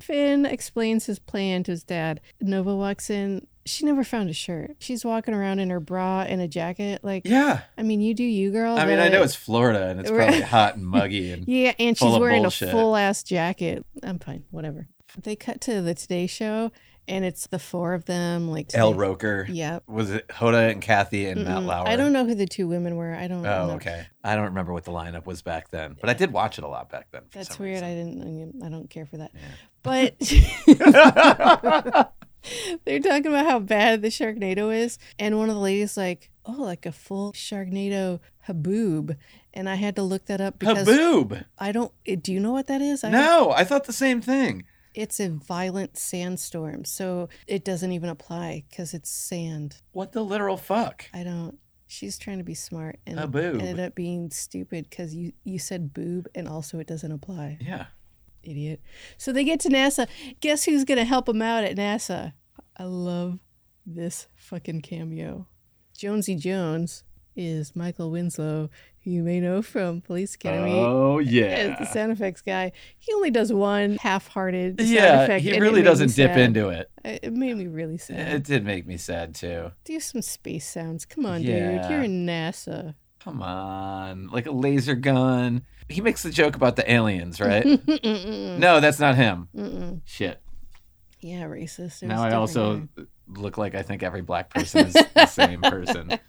Speaker 3: Finn explains his plan to his dad. Nova walks in. She never found a shirt. She's walking around in her bra and a jacket. Like,
Speaker 4: Yeah.
Speaker 3: I mean, you do you, girl.
Speaker 4: I mean, I
Speaker 3: but-
Speaker 4: know it's Florida [laughs] and it's
Speaker 3: Right.
Speaker 4: probably hot and muggy [laughs] and
Speaker 3: Yeah, and
Speaker 4: full
Speaker 3: she's
Speaker 4: of
Speaker 3: wearing
Speaker 4: bullshit.
Speaker 3: a full ass jacket. I'm fine, whatever. They cut to the Today Show, and it's the four of them, like
Speaker 4: El
Speaker 3: today-
Speaker 4: Roker.
Speaker 3: Yep.
Speaker 4: Was it Hoda and Kathy and Matt
Speaker 3: Mm-mm.
Speaker 4: Lauer?
Speaker 3: I don't know who the two women were. I don't.
Speaker 4: Oh,
Speaker 3: know.
Speaker 4: okay. I don't remember what the lineup was back then, but I did watch it a lot back then. for
Speaker 3: That's
Speaker 4: some
Speaker 3: weird. I
Speaker 4: reason.
Speaker 3: didn't. I don't care for that.
Speaker 4: Yeah. [laughs]
Speaker 3: But [laughs] they're talking about how bad the Sharknado is, and one of the ladies like, "Oh, like a full Sharknado haboob," and I had to look that up because
Speaker 4: Haboob.
Speaker 3: I don't. Do you know what that is? I
Speaker 4: No, I thought the same thing.
Speaker 3: It's a violent sandstorm, so it doesn't even apply because it's sand.
Speaker 4: What the literal fuck?
Speaker 3: I don't. She's trying to be smart and
Speaker 4: A boob.
Speaker 3: ended up being stupid because you you said boob and also it doesn't apply,
Speaker 4: Yeah.
Speaker 3: idiot. So they get to NASA. Guess who's gonna help them out at NASA? I love this fucking cameo. Jonesy Jones is Michael Winslow, you may know from Police Academy.
Speaker 4: Oh
Speaker 3: as the
Speaker 4: yeah,
Speaker 3: sound effects guy. He only does one half-hearted sound
Speaker 4: yeah.
Speaker 3: effect.
Speaker 4: He
Speaker 3: and it
Speaker 4: really
Speaker 3: made me
Speaker 4: doesn't dip
Speaker 3: sad.
Speaker 4: into it.
Speaker 3: It it made me really sad.
Speaker 4: It did make me sad too.
Speaker 3: Do some space sounds. Come on, dude.
Speaker 4: Yeah.
Speaker 3: You're in NASA.
Speaker 4: Come on, like a laser gun. He makes the joke about the aliens,
Speaker 3: [laughs]
Speaker 4: right? [laughs]
Speaker 3: Mm-mm-mm.
Speaker 4: no, that's not him.
Speaker 3: Mm-mm.
Speaker 4: Shit.
Speaker 3: Yeah, racist. There's
Speaker 4: now I
Speaker 3: different
Speaker 4: also
Speaker 3: guy.
Speaker 4: look like I think every black person is the same person.
Speaker 3: [laughs]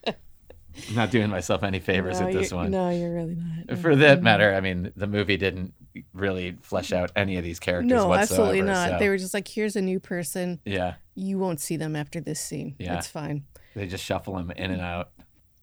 Speaker 4: I'm not doing myself any favors
Speaker 3: No,
Speaker 4: at this
Speaker 3: you're-
Speaker 4: one.
Speaker 3: No, you're really not. No. mm-hmm.
Speaker 4: For that matter, I mean, the movie didn't really flesh out any of these characters
Speaker 3: No,
Speaker 4: whatsoever.
Speaker 3: absolutely not.
Speaker 4: so-
Speaker 3: They were just like, here's a new person.
Speaker 4: yeah,
Speaker 3: You won't see them after this scene.
Speaker 4: Yeah.
Speaker 3: That's fine.
Speaker 4: they just shuffle him in and out.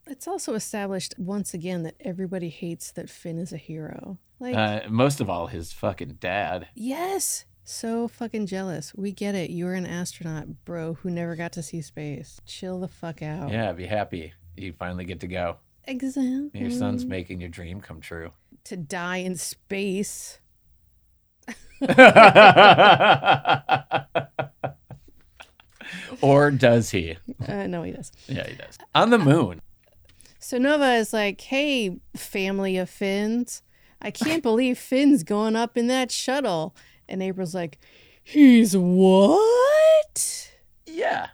Speaker 3: It's also established once again that everybody hates that Finn is a hero. Like,
Speaker 4: Uh, most of all, his fucking dad.
Speaker 3: yes. So fucking jealous. We get it. You're an astronaut, bro, who never got to see space. Chill the fuck out.
Speaker 4: Yeah, be happy. You finally get to go.
Speaker 3: Exactly.
Speaker 4: Your son's making your dream come true.
Speaker 3: [laughs]
Speaker 4: [laughs]
Speaker 3: to die in space.
Speaker 4: or does he?
Speaker 3: Uh, no, he does.
Speaker 4: Yeah, he does. On the moon.
Speaker 3: So Nova is like, hey, family of Finns, I can't believe Finn's going up in that shuttle. And April's like, he's what?
Speaker 4: Yeah.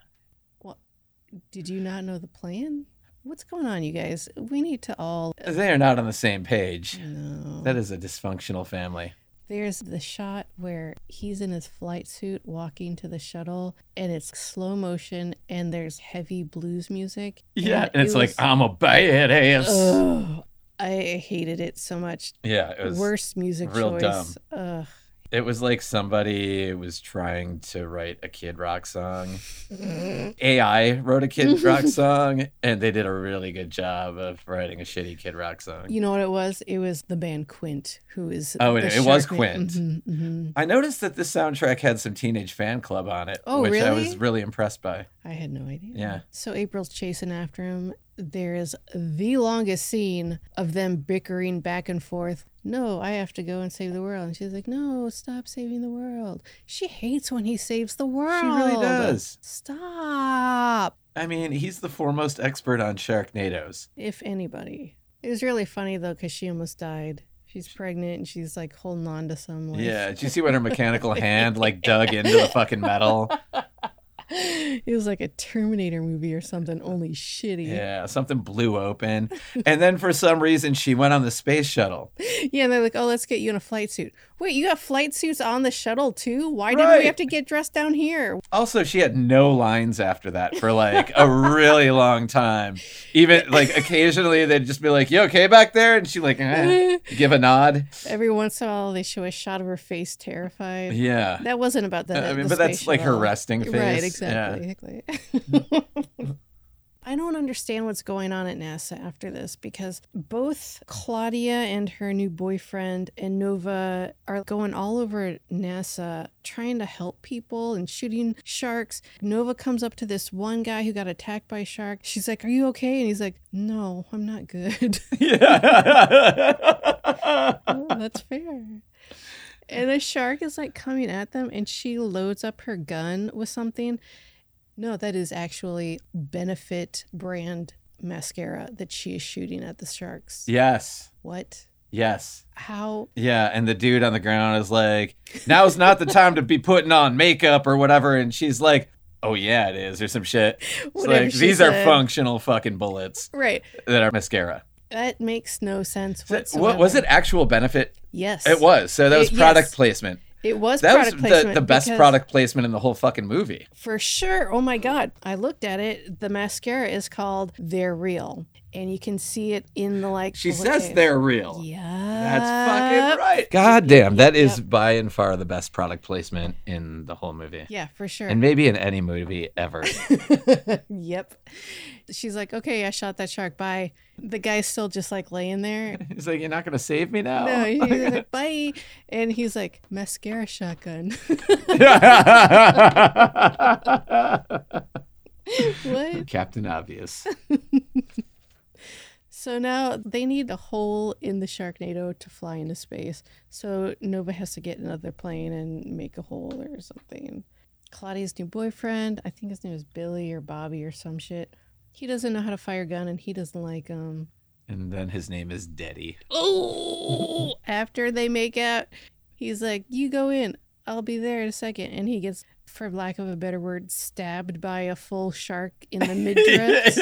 Speaker 3: Did you not know the plan? What's going on, you guys? We need to all
Speaker 4: They are not on the same page.
Speaker 3: know.
Speaker 4: That is a dysfunctional family.
Speaker 3: There's the shot where he's in his flight suit walking to the shuttle, and it's slow motion, and there's heavy blues music.
Speaker 4: Yeah. And it's
Speaker 3: it
Speaker 4: like, ah. I'm
Speaker 3: was-
Speaker 4: a badass.
Speaker 3: Ugh, I hated it so much.
Speaker 4: yeah. It was,
Speaker 3: Worst music
Speaker 4: real dumb.
Speaker 3: choice. Ugh.
Speaker 4: it was like somebody was trying to write a Kid Rock
Speaker 3: [laughs]
Speaker 4: song. AI wrote a Kid Rock song, and they did a really good job of writing a shitty Kid Rock song.
Speaker 3: You know what it was? It was the band Quint, who is
Speaker 4: Oh, it-
Speaker 3: the
Speaker 4: it was
Speaker 3: Sharkna-
Speaker 4: Quint.
Speaker 3: Mhm, mhm.
Speaker 4: I noticed that this soundtrack had some teenage fan club on it,
Speaker 3: Oh,
Speaker 4: which I was
Speaker 3: really?
Speaker 4: really impressed by.
Speaker 3: I had no idea.
Speaker 4: Yeah.
Speaker 3: So April's chasing after him. There is the longest scene of them bickering back and forth. No, I have to go and save the world. And she's like, No, stop saving the world. She hates when he saves the world.
Speaker 4: She really does.
Speaker 3: Stop.
Speaker 4: I mean, he's the foremost expert on Sharknadoes.
Speaker 3: If anybody. It was really funny though, because she almost died. She's pregnant and she's like holding on to some. Like,
Speaker 4: Yeah, did you see when her
Speaker 3: [laughs]
Speaker 4: mechanical hand like dug into the fucking metal?
Speaker 3: [gasps] it was like a Terminator movie or something, only shitty.
Speaker 4: Yeah, something blew open. And then for some reason she went on the space shuttle.
Speaker 3: Yeah, and they're like, oh, let's get you in a flight suit. Wait, you got flight suits on the shuttle too? Why didn't we
Speaker 4: Right.
Speaker 3: have to get dressed down here?
Speaker 4: Also, she had no lines after that for like a really long time. Even like occasionally they'd just be like, You okay back there? And she like eh,
Speaker 3: [laughs]
Speaker 4: give a nod.
Speaker 3: Every once in a while, they show a shot of her face terrified.
Speaker 4: Yeah. Uh,
Speaker 3: That wasn't about the.
Speaker 4: I mean,
Speaker 3: the
Speaker 4: but
Speaker 3: space
Speaker 4: that's like her
Speaker 3: shuttle.
Speaker 4: resting face.
Speaker 3: Right,
Speaker 4: Yeah.
Speaker 3: exactly. exactly. [laughs] I don't understand what's going on at NASA after this because both Claudia and her new boyfriend and Nova are going all over NASA trying to help people and shooting sharks. Nova comes up to this one guy who got attacked by a shark. She's like, Are you okay? And he's like, No, I'm not good.
Speaker 4: [laughs] Yeah. [laughs]
Speaker 3: Oh, that's fair. And the shark is like coming at them, and she loads up her gun with something. No, that is actually Benefit brand mascara that she is shooting at the sharks.
Speaker 4: yes.
Speaker 3: What?
Speaker 4: Yes.
Speaker 3: How?
Speaker 4: Yeah, and the dude on the ground is like, "Now's not the time to be putting on makeup or whatever," and she's like, "Oh yeah, it is," or some shit. It's
Speaker 3: Whatever
Speaker 4: like
Speaker 3: she
Speaker 4: these are
Speaker 3: said.
Speaker 4: functional fucking bullets
Speaker 3: Right.
Speaker 4: that are mascara.
Speaker 3: That makes no sense.
Speaker 4: Is it- What was it? Actual benefit?
Speaker 3: Yes.
Speaker 4: It was. So that was
Speaker 3: It-
Speaker 4: product
Speaker 3: yes.
Speaker 4: placement.
Speaker 3: It was
Speaker 4: That
Speaker 3: product
Speaker 4: was the,
Speaker 3: placement.
Speaker 4: the best
Speaker 3: because-
Speaker 4: product placement in the whole fucking movie.
Speaker 3: For sure. Oh my God. I looked at it. The mascara is called They're Real. And you can see it in the like.
Speaker 4: She
Speaker 3: bullet
Speaker 4: says
Speaker 3: case.
Speaker 4: they're real.
Speaker 3: Yeah.
Speaker 4: That's fucking right. God damn, that is by and far the best product placement in the whole movie.
Speaker 3: Yeah, for sure.
Speaker 4: And maybe in any movie ever. [laughs]
Speaker 3: yep. She's like, okay, I shot that shark. Bye. The guy's still just like
Speaker 4: [laughs]
Speaker 3: laying there.
Speaker 4: He's like, You're not going to save me now?
Speaker 3: No, he's like, bye. And he's like, mascara shotgun. [laughs] what?
Speaker 4: [laughs] Captain Obvious.
Speaker 3: So now they need a hole in the Sharknado to fly into space. So Nova has to get another plane and make a hole or something. Claudia's new boyfriend, I think his name is Billy or Bobby or some shit. He doesn't know how to fire a gun and he doesn't like um
Speaker 2: and then his name is Daddy.
Speaker 3: Oh, [laughs] after they make out, he's like, "You go in. I'll be there in a second. and he gets, for lack of a better word, stabbed by a full shark
Speaker 4: [laughs]
Speaker 3: in the midriff.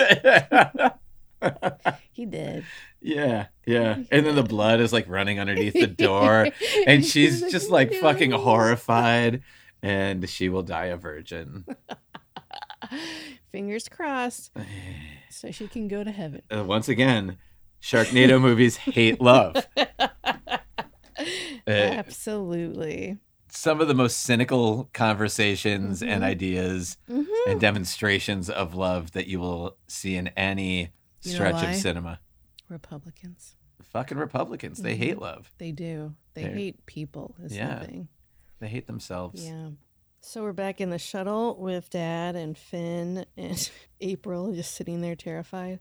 Speaker 3: he did.
Speaker 4: yeah, yeah. And then the blood is like running underneath the door,
Speaker 3: [laughs]
Speaker 4: and she's just like fucking
Speaker 3: "No."
Speaker 4: horrified, and she will die a virgin.
Speaker 3: [laughs]
Speaker 4: [sighs]
Speaker 3: Fingers crossed, so she can go
Speaker 4: [laughs]
Speaker 3: to heaven.
Speaker 4: Uh, once again, Sharknado movies hate love. Uh,
Speaker 3: Absolutely.
Speaker 4: some of the most cynical conversations and ideas
Speaker 3: Mhm.
Speaker 4: and demonstrations of love that you will see in any
Speaker 3: You know
Speaker 4: stretch
Speaker 3: why?
Speaker 4: of cinema.
Speaker 3: Republicans,
Speaker 4: Fucking Republicans, they
Speaker 3: Mm-hmm.
Speaker 4: hate love.
Speaker 3: they do. They
Speaker 4: They're-
Speaker 3: hate people. Is
Speaker 4: Yeah.
Speaker 3: the thing.
Speaker 4: They hate themselves.
Speaker 3: Yeah. So we're back in the shuttle with Dad and Finn and [laughs] April just sitting there terrified.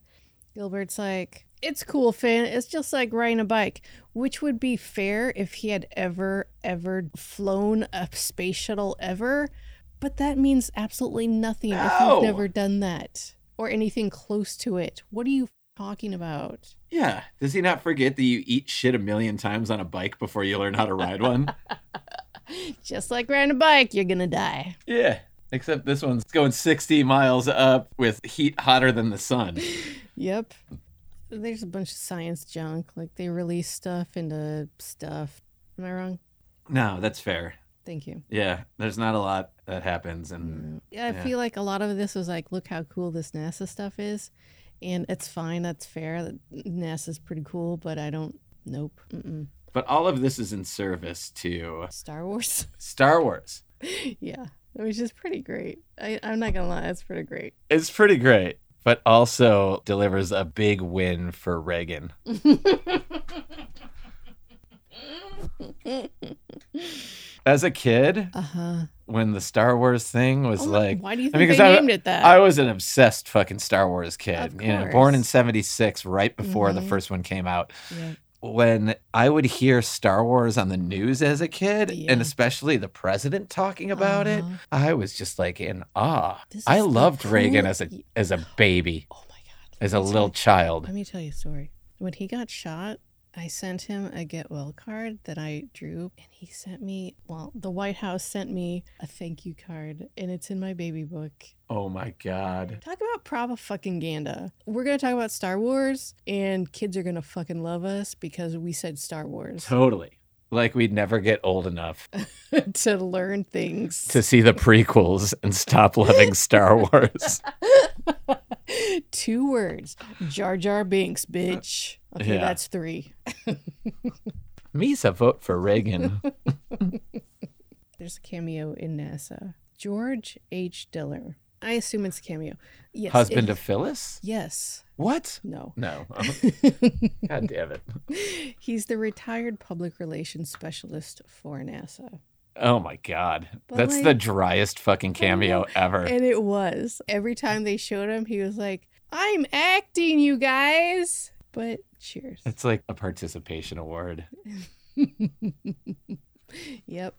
Speaker 3: Gilbert's like, It's cool, Finn. It's just like riding a bike, which would be fair if he had ever, ever flown a space shuttle ever. But that means absolutely nothing if
Speaker 4: No.
Speaker 3: you've never done that or anything close to it. What are you talking about? [laughs]
Speaker 4: Yeah. Does he not forget that you eat shit a million times on a bike before you learn how to ride one?
Speaker 3: Just like riding a bike, you're going to die.
Speaker 4: [laughs] yeah. Except this one's going 60 miles up with heat hotter than the sun.
Speaker 3: Yep. There's a bunch of science junk. Like they release stuff into stuff. Am I wrong?
Speaker 4: No, that's fair.
Speaker 3: Thank you.
Speaker 4: Yeah. There's not a lot that happens. And
Speaker 3: Yeah, I
Speaker 4: Yeah.
Speaker 3: feel like a lot of this was like, look how cool this NASA stuff is. And it's fine. That's fair. that NASA's pretty cool, but I don't. Nope. Mm-mm.
Speaker 4: but all of this is in service to
Speaker 3: Star Wars. [laughs]
Speaker 4: Star Wars.
Speaker 3: yeah. Which is pretty great. I, I'm not going to lie. It's pretty great.
Speaker 4: It's pretty great, but also delivers a big win for Reagan. As a kid,
Speaker 3: Uh huh.
Speaker 4: when the Star Wars thing was like,
Speaker 3: Oh why do you
Speaker 4: I mean, 'cause
Speaker 3: think they
Speaker 4: I-
Speaker 3: named it that?
Speaker 4: I was an obsessed fucking Star Wars kid.
Speaker 3: Of
Speaker 4: You know, born in
Speaker 3: course.
Speaker 4: '76, right before the
Speaker 3: Mhm.
Speaker 4: first one came out.
Speaker 3: yeah.
Speaker 4: When I would hear Star Wars on the news as a kid,
Speaker 3: Yeah.
Speaker 4: and especially the president talking about
Speaker 3: Uh-huh.
Speaker 4: it, I was just like in awe.
Speaker 3: This
Speaker 4: I
Speaker 3: is the
Speaker 4: loved Reagan
Speaker 3: cool-
Speaker 4: as a as a baby,
Speaker 3: Oh my God.
Speaker 4: as a
Speaker 3: That's
Speaker 4: little child.
Speaker 3: Let me tell you a story. When he got shot, I sent him a get well card that I drew, and he sent me, well, the White House sent me a thank you card, and it's in my baby book.
Speaker 4: Oh my god.
Speaker 3: Talk about propa fucking ganda. We're going to talk about Star Wars, and kids are going to fucking love us because we said
Speaker 4: [laughs]
Speaker 3: Star Wars [laughs]
Speaker 4: Totally. Like we'd never get old enough
Speaker 3: to learn things,
Speaker 4: to see the prequels and stop loving Star Wars.
Speaker 3: [laughs]
Speaker 4: [laughs]
Speaker 3: Two words Jar Jar Binks, bitch. Okay,
Speaker 4: Uh, Yeah.
Speaker 3: that's three.
Speaker 4: Misa vote for Reagan.
Speaker 3: There's a cameo in NASA. George H. Diller. I assume it's a cameo. Yes.
Speaker 4: Husband
Speaker 3: it-
Speaker 4: of Phyllis?
Speaker 3: Yes.
Speaker 4: What?
Speaker 3: No. [laughs]
Speaker 4: No. God damn it.
Speaker 3: He's the retired public relations specialist for NASA.
Speaker 4: Oh my god.
Speaker 3: But
Speaker 4: That's
Speaker 3: like-
Speaker 4: the driest fucking cameo ever.
Speaker 3: And it was. Every time they showed him, he was like, I'm acting, you guys. But cheers.
Speaker 4: It's like a participation award.
Speaker 3: [laughs] yep.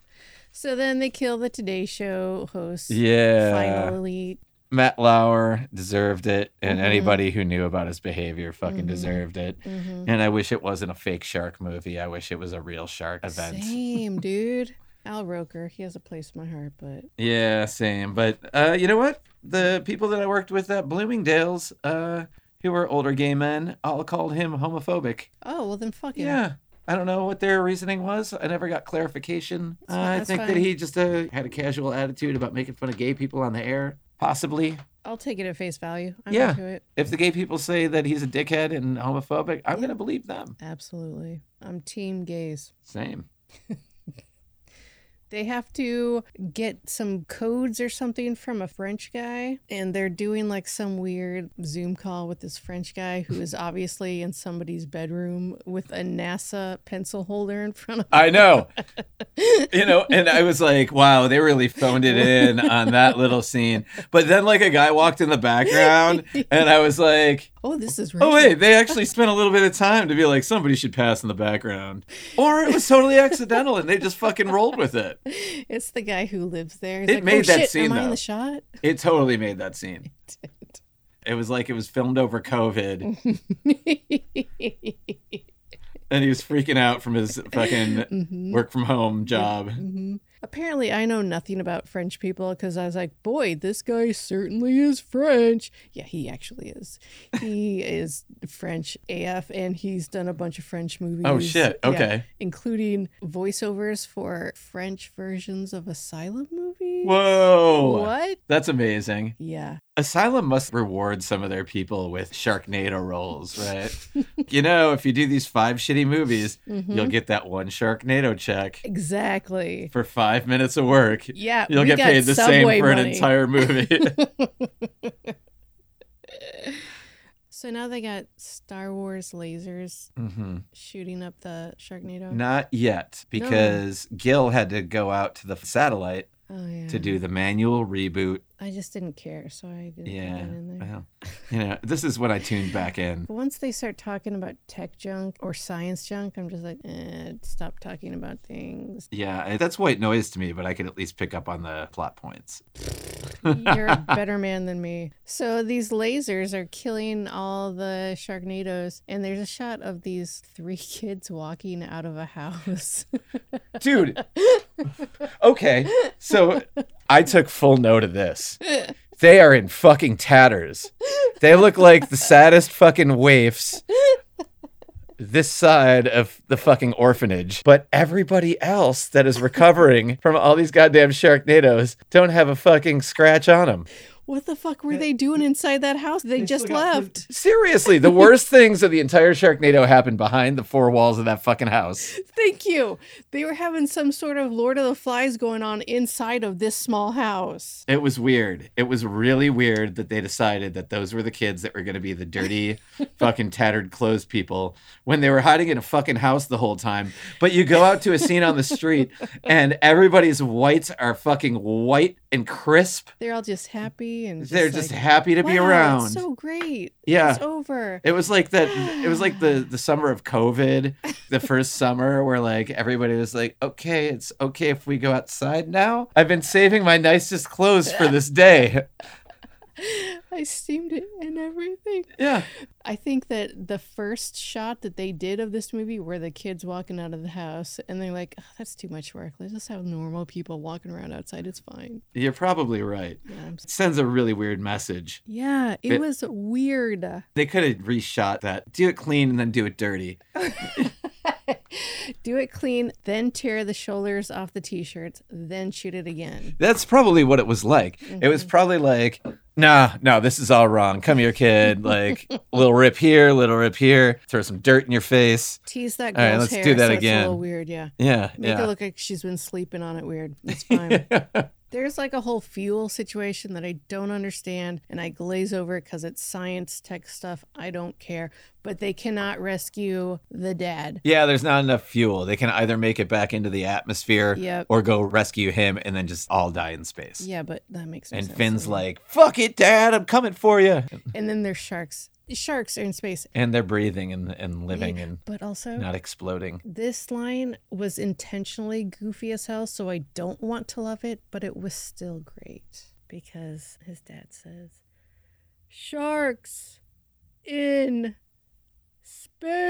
Speaker 3: So then they kill the Today Show host.
Speaker 4: Yeah.
Speaker 3: Finally.
Speaker 4: Matt Lauer deserved it and
Speaker 3: Mhm.
Speaker 4: anybody who knew about his behavior fucking
Speaker 3: Mhm.
Speaker 4: deserved it.
Speaker 3: Mhm.
Speaker 4: And I wish it wasn't a fake shark movie. I wish it was a real shark event.
Speaker 3: Same, dude. Al Roker. He has a place in my heart, but
Speaker 4: Yeah, same. But uh, you know what? The people that I worked with at Bloomingdale's, uh, who were older gay men, all called him homophobic.
Speaker 3: oh, well, then fuck
Speaker 4: Yeah.
Speaker 3: him.
Speaker 4: I don't know what their reasoning was. I never got clarification.
Speaker 3: That's
Speaker 4: Uh,
Speaker 3: fi-
Speaker 4: I
Speaker 3: that's
Speaker 4: think that
Speaker 3: fine.
Speaker 4: he just uh, had a casual attitude about making fun of gay people on the air, possibly.
Speaker 3: I'll take it at face value. I'm
Speaker 4: Yeah.
Speaker 3: into it.
Speaker 4: If the gay people say that he's a dickhead and homophobic, I'm going to believe them.
Speaker 3: Absolutely. I'm team gays.
Speaker 4: Same.
Speaker 3: They have to get some codes or something from a French guy, and they're doing like some weird Zoom call with this French guy who is obviously in somebody's bedroom with a NASA pencil holder in front of
Speaker 4: I know. you know, and I was like, wow, they really phoned it in on that little scene. But then like a guy walked in the background and I was like,
Speaker 3: Oh, this is
Speaker 4: [laughs] oh
Speaker 3: Richard.
Speaker 4: wait, they actually spent a little bit of time to be like somebody should pass in the background. Or it was totally accidental and they just fucking rolled with it.
Speaker 3: It's the guy who lives there. He's
Speaker 4: It
Speaker 3: like,
Speaker 4: made
Speaker 3: oh,
Speaker 4: that
Speaker 3: shit,
Speaker 4: scene,
Speaker 3: Am I in
Speaker 4: though.
Speaker 3: the shot?
Speaker 4: It totally made that scene. It was like it was filmed over COVID, and he was freaking out from his
Speaker 3: [laughs]
Speaker 4: [laughs] fucking
Speaker 3: Mhm.
Speaker 4: work from home job.
Speaker 3: Mhm. Apparently, I know nothing about French people because I was like, boy, this guy certainly is French. Yeah, he actually is.
Speaker 4: [laughs]
Speaker 3: He is French AF, and he's done a bunch of French movies.
Speaker 4: Oh shit!
Speaker 3: Yeah,
Speaker 4: Okay.
Speaker 3: including voiceovers for French versions of Asylum movies.
Speaker 4: Whoa.
Speaker 3: What?
Speaker 4: That's amazing.
Speaker 3: Yeah.
Speaker 4: Asylum must reward some of their people with Sharknado roles,
Speaker 3: [laughs]
Speaker 4: right? you know, if you do these five shitty movies,
Speaker 3: Mhm.
Speaker 4: you'll get that one Sharknado check
Speaker 3: Exactly.
Speaker 4: for five minutes of work.
Speaker 3: Yeah.
Speaker 4: You'll
Speaker 3: we
Speaker 4: get
Speaker 3: got
Speaker 4: paid the
Speaker 3: Subway
Speaker 4: same for an
Speaker 3: money.
Speaker 4: entire
Speaker 3: [laughs]
Speaker 4: movie.
Speaker 3: So now they got Star Wars lasers
Speaker 4: hmm
Speaker 3: shooting up the Sharknado.
Speaker 4: Not yet,
Speaker 3: Oh.
Speaker 4: because Gil had to go out to the satellite
Speaker 3: oh, yeah.
Speaker 4: to do the manual reboot.
Speaker 3: I just didn't care, so I didn't
Speaker 4: Yeah.
Speaker 3: put that in there.
Speaker 4: Well, you know, this is when I tuned back in.
Speaker 3: [laughs] But once they start talking about tech junk or science junk, I'm just like, eh, stop talking about
Speaker 4: [laughs]
Speaker 3: things.
Speaker 4: Yeah, I- that's white noise to me, but I could at least pick up on the plot points.
Speaker 3: You're a better man than me. So these lasers are killing all the Sharknadoes, and there's a shot of these three [laughs] kids walking out of a house. [laughs]
Speaker 2: Dude. Okay. So I took full note of this. They are in fucking tatters. They look like the saddest fucking waifs this side of the fucking orphanage. But everybody else that is recovering from all these goddamn Sharknadoes don't have a fucking scratch on them.
Speaker 3: what the fuck were they doing inside that house? They, just left. [laughs]
Speaker 2: Seriously, the worst things of the entire Sharknado happened behind the four walls of that fucking house.
Speaker 3: Thank you. They were having some sort of Lord of the Flies going on inside of this small house.
Speaker 4: It was weird. It was really weird that they decided that those were the kids that were going to be the
Speaker 3: [laughs]
Speaker 4: dirty, fucking tattered clothes people when they were hiding in a fucking house the whole time. But you go out to a scene on the
Speaker 3: [laughs]
Speaker 4: street and everybody's whites are fucking white and crisp.
Speaker 3: They're all just happy and
Speaker 4: They're
Speaker 3: like,
Speaker 4: just happy to be
Speaker 3: "Wow,
Speaker 4: around.
Speaker 3: It's so great.
Speaker 4: Yeah.
Speaker 3: It's over. [gasps]
Speaker 4: It was like that. It was like
Speaker 3: [sighs]
Speaker 4: the the summer of COVID, the first summer where like everybody was like, "Okay, it's okay if we go outside now." I've been saving my nicest clothes for this
Speaker 3: [laughs]
Speaker 4: day.
Speaker 3: I steamed it and everything.
Speaker 4: Yeah,
Speaker 3: I think that the first shot that they did of this movie were the kids walking out of the house and they're like, oh, that's too much work. Let's just have normal people walking around outside. It's fine.
Speaker 4: you're probably right.
Speaker 3: Yeah. I'm
Speaker 4: It
Speaker 3: s-
Speaker 4: sends a really weird message.
Speaker 3: Yeah, it
Speaker 4: It-
Speaker 3: was weird.
Speaker 4: They could have reshot that. Do it clean and then do it dirty.
Speaker 3: Do it clean, then tear the shoulders off the t shirts, then shoot it again.
Speaker 4: That's probably what it was like. It
Speaker 3: Mm-hmm.
Speaker 4: was probably like, "Nah, no, this is all wrong. Come here, kid.
Speaker 3: [laughs]
Speaker 4: Like little rip here, little rip here. Throw some dirt in your face."
Speaker 3: Tease that
Speaker 4: All right,
Speaker 3: girl's
Speaker 4: let's do
Speaker 3: hair.
Speaker 4: that
Speaker 3: so It's a
Speaker 4: again.
Speaker 3: little weird, yeah.
Speaker 4: Yeah,
Speaker 3: Make
Speaker 4: yeah.
Speaker 3: it look like she's been sleeping on it weird.
Speaker 4: [laughs]
Speaker 3: It's fine. There's like a whole fuel situation that I don't understand and I glaze over because it's science tech stuff. I don't care. But they cannot rescue the dad.
Speaker 4: Yeah, there's not enough fuel. They can either make it back into the atmosphere
Speaker 3: Yep.
Speaker 4: or go rescue him and then just all die in space.
Speaker 3: Yeah, but that makes no
Speaker 4: And
Speaker 3: sense.
Speaker 4: Finn's like, fuck it, Dad, I'm coming for you.
Speaker 3: And then there's sharks. Sharks are in space.
Speaker 4: And they're breathing and, and living and
Speaker 3: But also,
Speaker 4: not exploding.
Speaker 3: this line was intentionally goofy as hell, so I don't want to love it, but it was still great because his dad says, Sharks in
Speaker 4: [laughs]
Speaker 3: space.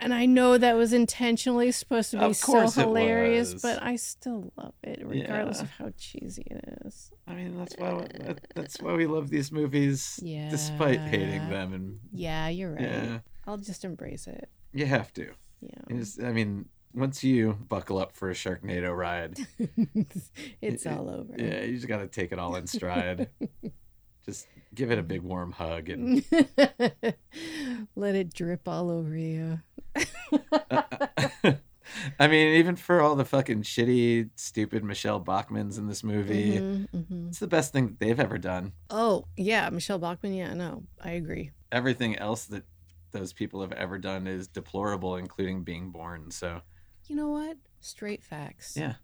Speaker 3: and I know that was intentionally supposed to be
Speaker 4: Of
Speaker 3: so
Speaker 4: course it
Speaker 3: hilarious,
Speaker 4: was.
Speaker 3: but I still love it, regardless of how cheesy it is.
Speaker 4: I mean, that's why that- that's why we love these movies despite hating
Speaker 3: Yeah.
Speaker 4: them and
Speaker 3: Yeah, you're right.
Speaker 4: yeah,
Speaker 3: I'll just embrace it.
Speaker 4: you have to.
Speaker 3: Yeah.
Speaker 4: It's- I mean, once you buckle up for a Sharknado
Speaker 3: [laughs]
Speaker 4: ride,
Speaker 3: it's
Speaker 4: it-
Speaker 3: all over.
Speaker 4: yeah, you just got to take it all in
Speaker 3: [laughs]
Speaker 4: stride. just give it a big warm hug and [laughs]
Speaker 3: [laughs] Let it drip all over you.
Speaker 4: I mean, even for all the fucking shitty, stupid Michelle Bachmans in this movie,
Speaker 3: Mhm, mhm.
Speaker 4: it's the best thing that they've ever done.
Speaker 3: Oh, yeah, Michelle Bachman. Yeah, no, I agree.
Speaker 4: Everything else that those people have ever done is deplorable, including being born. So
Speaker 3: You know what? Straight facts.
Speaker 4: Yeah.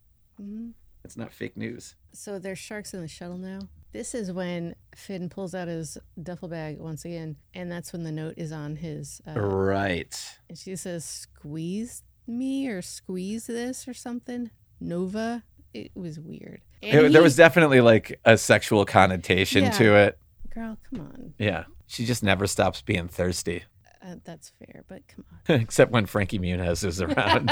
Speaker 3: Mhm.
Speaker 4: it's not fake news.
Speaker 3: So there's sharks in the shuttle now. This is when Finn pulls out his duffel bag once again, and that's when the note is on his. Uh,
Speaker 2: Er.
Speaker 4: Right.
Speaker 3: and she says, "Squeeze me" or "squeeze this" or something. Nova. It was weird.
Speaker 2: It-
Speaker 3: And
Speaker 2: there
Speaker 3: he-
Speaker 2: was definitely like a sexual connotation
Speaker 3: Yeah.
Speaker 2: to it.
Speaker 3: girl. Come on,
Speaker 2: Yeah. She just never stops being thirsty, [laughs]
Speaker 3: uh, that's fair, but come on.
Speaker 2: except when Frankie Muniz is
Speaker 3: [laughs]
Speaker 2: around.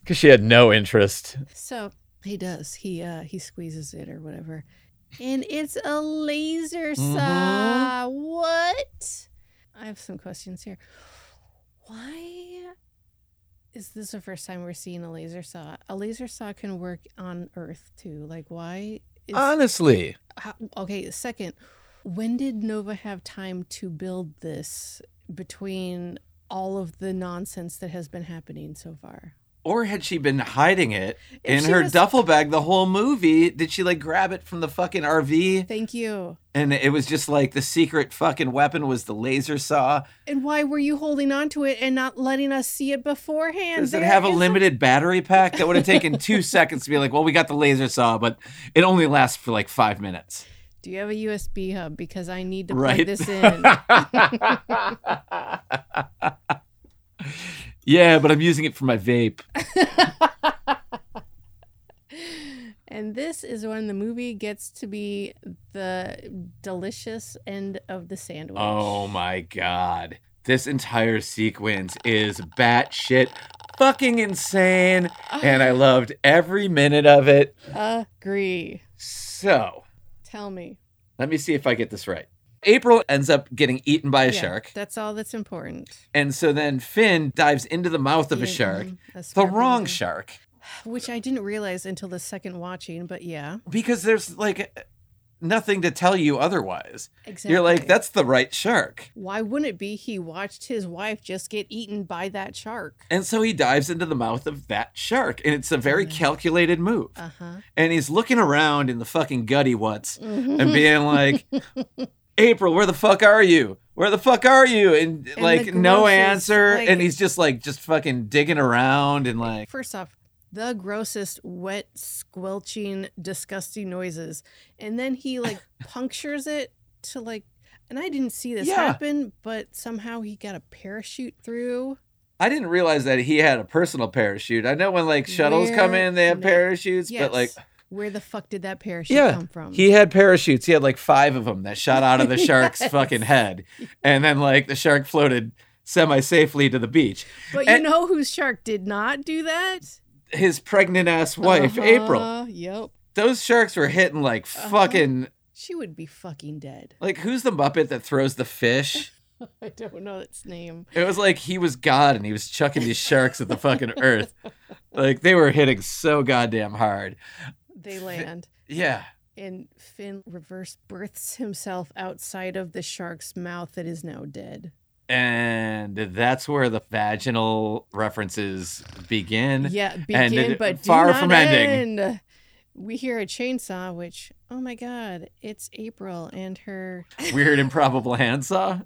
Speaker 2: Because she had no interest.
Speaker 3: So he does. He uh he squeezes it or whatever. And it's a laser saw. What? I have some questions here. Why is this the first time we're seeing a laser saw? A laser saw can work on Earth too. Like why is
Speaker 4: Uh,
Speaker 2: Honestly,
Speaker 3: how, okay, second, when did Nova have time to build this between all of the nonsense that has been happening so far?
Speaker 4: Or had she been hiding it
Speaker 3: If
Speaker 4: in
Speaker 3: she
Speaker 4: her
Speaker 3: was-
Speaker 4: duffel bag the whole movie? Did she like grab it from the fucking RV?
Speaker 3: Thank you.
Speaker 4: And it was just like the secret fucking weapon was the laser saw.
Speaker 3: And why were you holding on to it and not letting us see it beforehand?
Speaker 4: Does it
Speaker 3: There
Speaker 4: have a
Speaker 3: is
Speaker 4: limited battery pack? That would have taken
Speaker 3: [laughs]
Speaker 4: two seconds to be like, well, we got the laser saw, but it only lasts for like five minutes. [laughs]
Speaker 3: Do you have a USB hub? Because I need to plug
Speaker 4: Right. [laughs]
Speaker 3: this in.
Speaker 4: Yeah, but I'm using it for my vape.
Speaker 3: and this is when the movie gets to be the delicious end of the sandwich.
Speaker 4: Oh my god. This entire sequence is batshit fucking insane.
Speaker 2: and I loved every minute of it.
Speaker 3: Agree.
Speaker 4: So,
Speaker 3: Tell me.
Speaker 4: let me see if I get this right. April ends up getting eaten by a
Speaker 3: Yeah,
Speaker 4: shark.
Speaker 3: That's all that's important.
Speaker 4: And so then Finn dives into the mouth of a
Speaker 3: Yeah,
Speaker 4: shark.
Speaker 3: mhm, that's
Speaker 4: The
Speaker 3: what we're
Speaker 4: wrong
Speaker 3: doing.
Speaker 4: shark.
Speaker 3: Which I didn't realize until the second watching, but yeah.
Speaker 4: Because there's like nothing to tell you otherwise.
Speaker 3: Exactly.
Speaker 4: You're like, that's the right shark.
Speaker 3: Why wouldn't it be? He watched his wife just get eaten by that shark.
Speaker 4: And so he dives into the mouth of that shark. And it's a very calculated move.
Speaker 3: Mm-hmm. Uh huh.
Speaker 4: and he's looking around in the fucking gutty what's
Speaker 3: Mm-hmm. [laughs]
Speaker 4: and being like, April, where the fuck are you? Where the fuck are you? And,
Speaker 3: the
Speaker 4: like no
Speaker 3: grossest,
Speaker 4: answer.
Speaker 3: like-
Speaker 4: and he's just like just fucking digging around and like
Speaker 3: First off, the grossest, wet, squelching, disgusting noises. And then
Speaker 4: [laughs]
Speaker 3: he like punctures it to like, and I didn't see this
Speaker 4: Yeah.
Speaker 3: happen, but somehow he got a parachute through.
Speaker 4: I didn't realize that he had a personal parachute. I know when like shuttles come
Speaker 3: Where
Speaker 4: in they have
Speaker 3: the-
Speaker 4: parachutes, but like
Speaker 3: Yes. where the fuck did that parachute
Speaker 4: Yeah,
Speaker 3: come from?
Speaker 4: he had parachutes. He had like five of them that shot out of
Speaker 3: [laughs]
Speaker 4: the shark's
Speaker 3: Yes.
Speaker 4: fucking head. And then like the shark floated semi safely to the beach.
Speaker 3: but you
Speaker 4: and-
Speaker 3: know whose shark did not do that?
Speaker 4: His pregnant ass wife, April.
Speaker 3: Uh-huh, Yep.
Speaker 4: Those sharks were hitting like
Speaker 3: Uh-huh.
Speaker 4: fucking
Speaker 3: She would be fucking dead.
Speaker 4: Like, who's the Muppet that throws the fish?
Speaker 3: I don't know its name.
Speaker 4: It was like he was God and he was chucking these sharks at the fucking
Speaker 3: [laughs]
Speaker 4: earth. Like, they were hitting so goddamn hard.
Speaker 3: They land.
Speaker 4: Yeah.
Speaker 3: and Finn reverse births himself outside of the shark's mouth that is now dead.
Speaker 4: And that's where the vaginal references begin.
Speaker 3: Yeah,
Speaker 4: and
Speaker 3: begin,
Speaker 4: it-
Speaker 3: but do
Speaker 4: far
Speaker 3: not
Speaker 4: from
Speaker 3: end.
Speaker 4: ending.
Speaker 3: We hear a chainsaw, which oh my god, it's April and her.
Speaker 4: Weird improbable handsaw.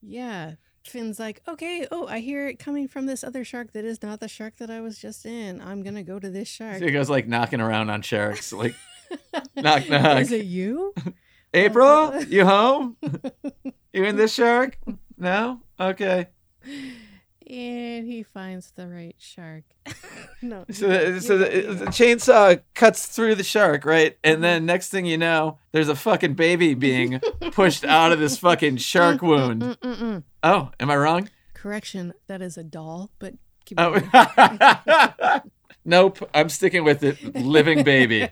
Speaker 3: Yeah, Finn's like, okay, oh, I hear it coming from this other shark that is not the shark that I was just in. I'm gonna go to this
Speaker 4: So
Speaker 3: shark.
Speaker 4: he goes like knocking around on sharks. Like,
Speaker 3: [laughs]
Speaker 4: knock, knock.
Speaker 3: Is it you?
Speaker 4: April, you home? You in this shark? No? Okay.
Speaker 3: And he finds the right shark. [laughs] no.
Speaker 4: So,
Speaker 3: you-
Speaker 4: the,
Speaker 3: you-
Speaker 4: so the,
Speaker 3: you-
Speaker 4: the chainsaw cuts through the shark, right? And then next thing you know, there's a fucking baby being pushed out of this fucking shark wound.
Speaker 3: [laughs] Mm, mm, mm.
Speaker 4: Oh, am I wrong?
Speaker 3: Correction, that is a doll, but
Speaker 4: [laughs]
Speaker 3: keep going.
Speaker 4: Oh. [laughs] nope, I'm sticking with it. Living baby.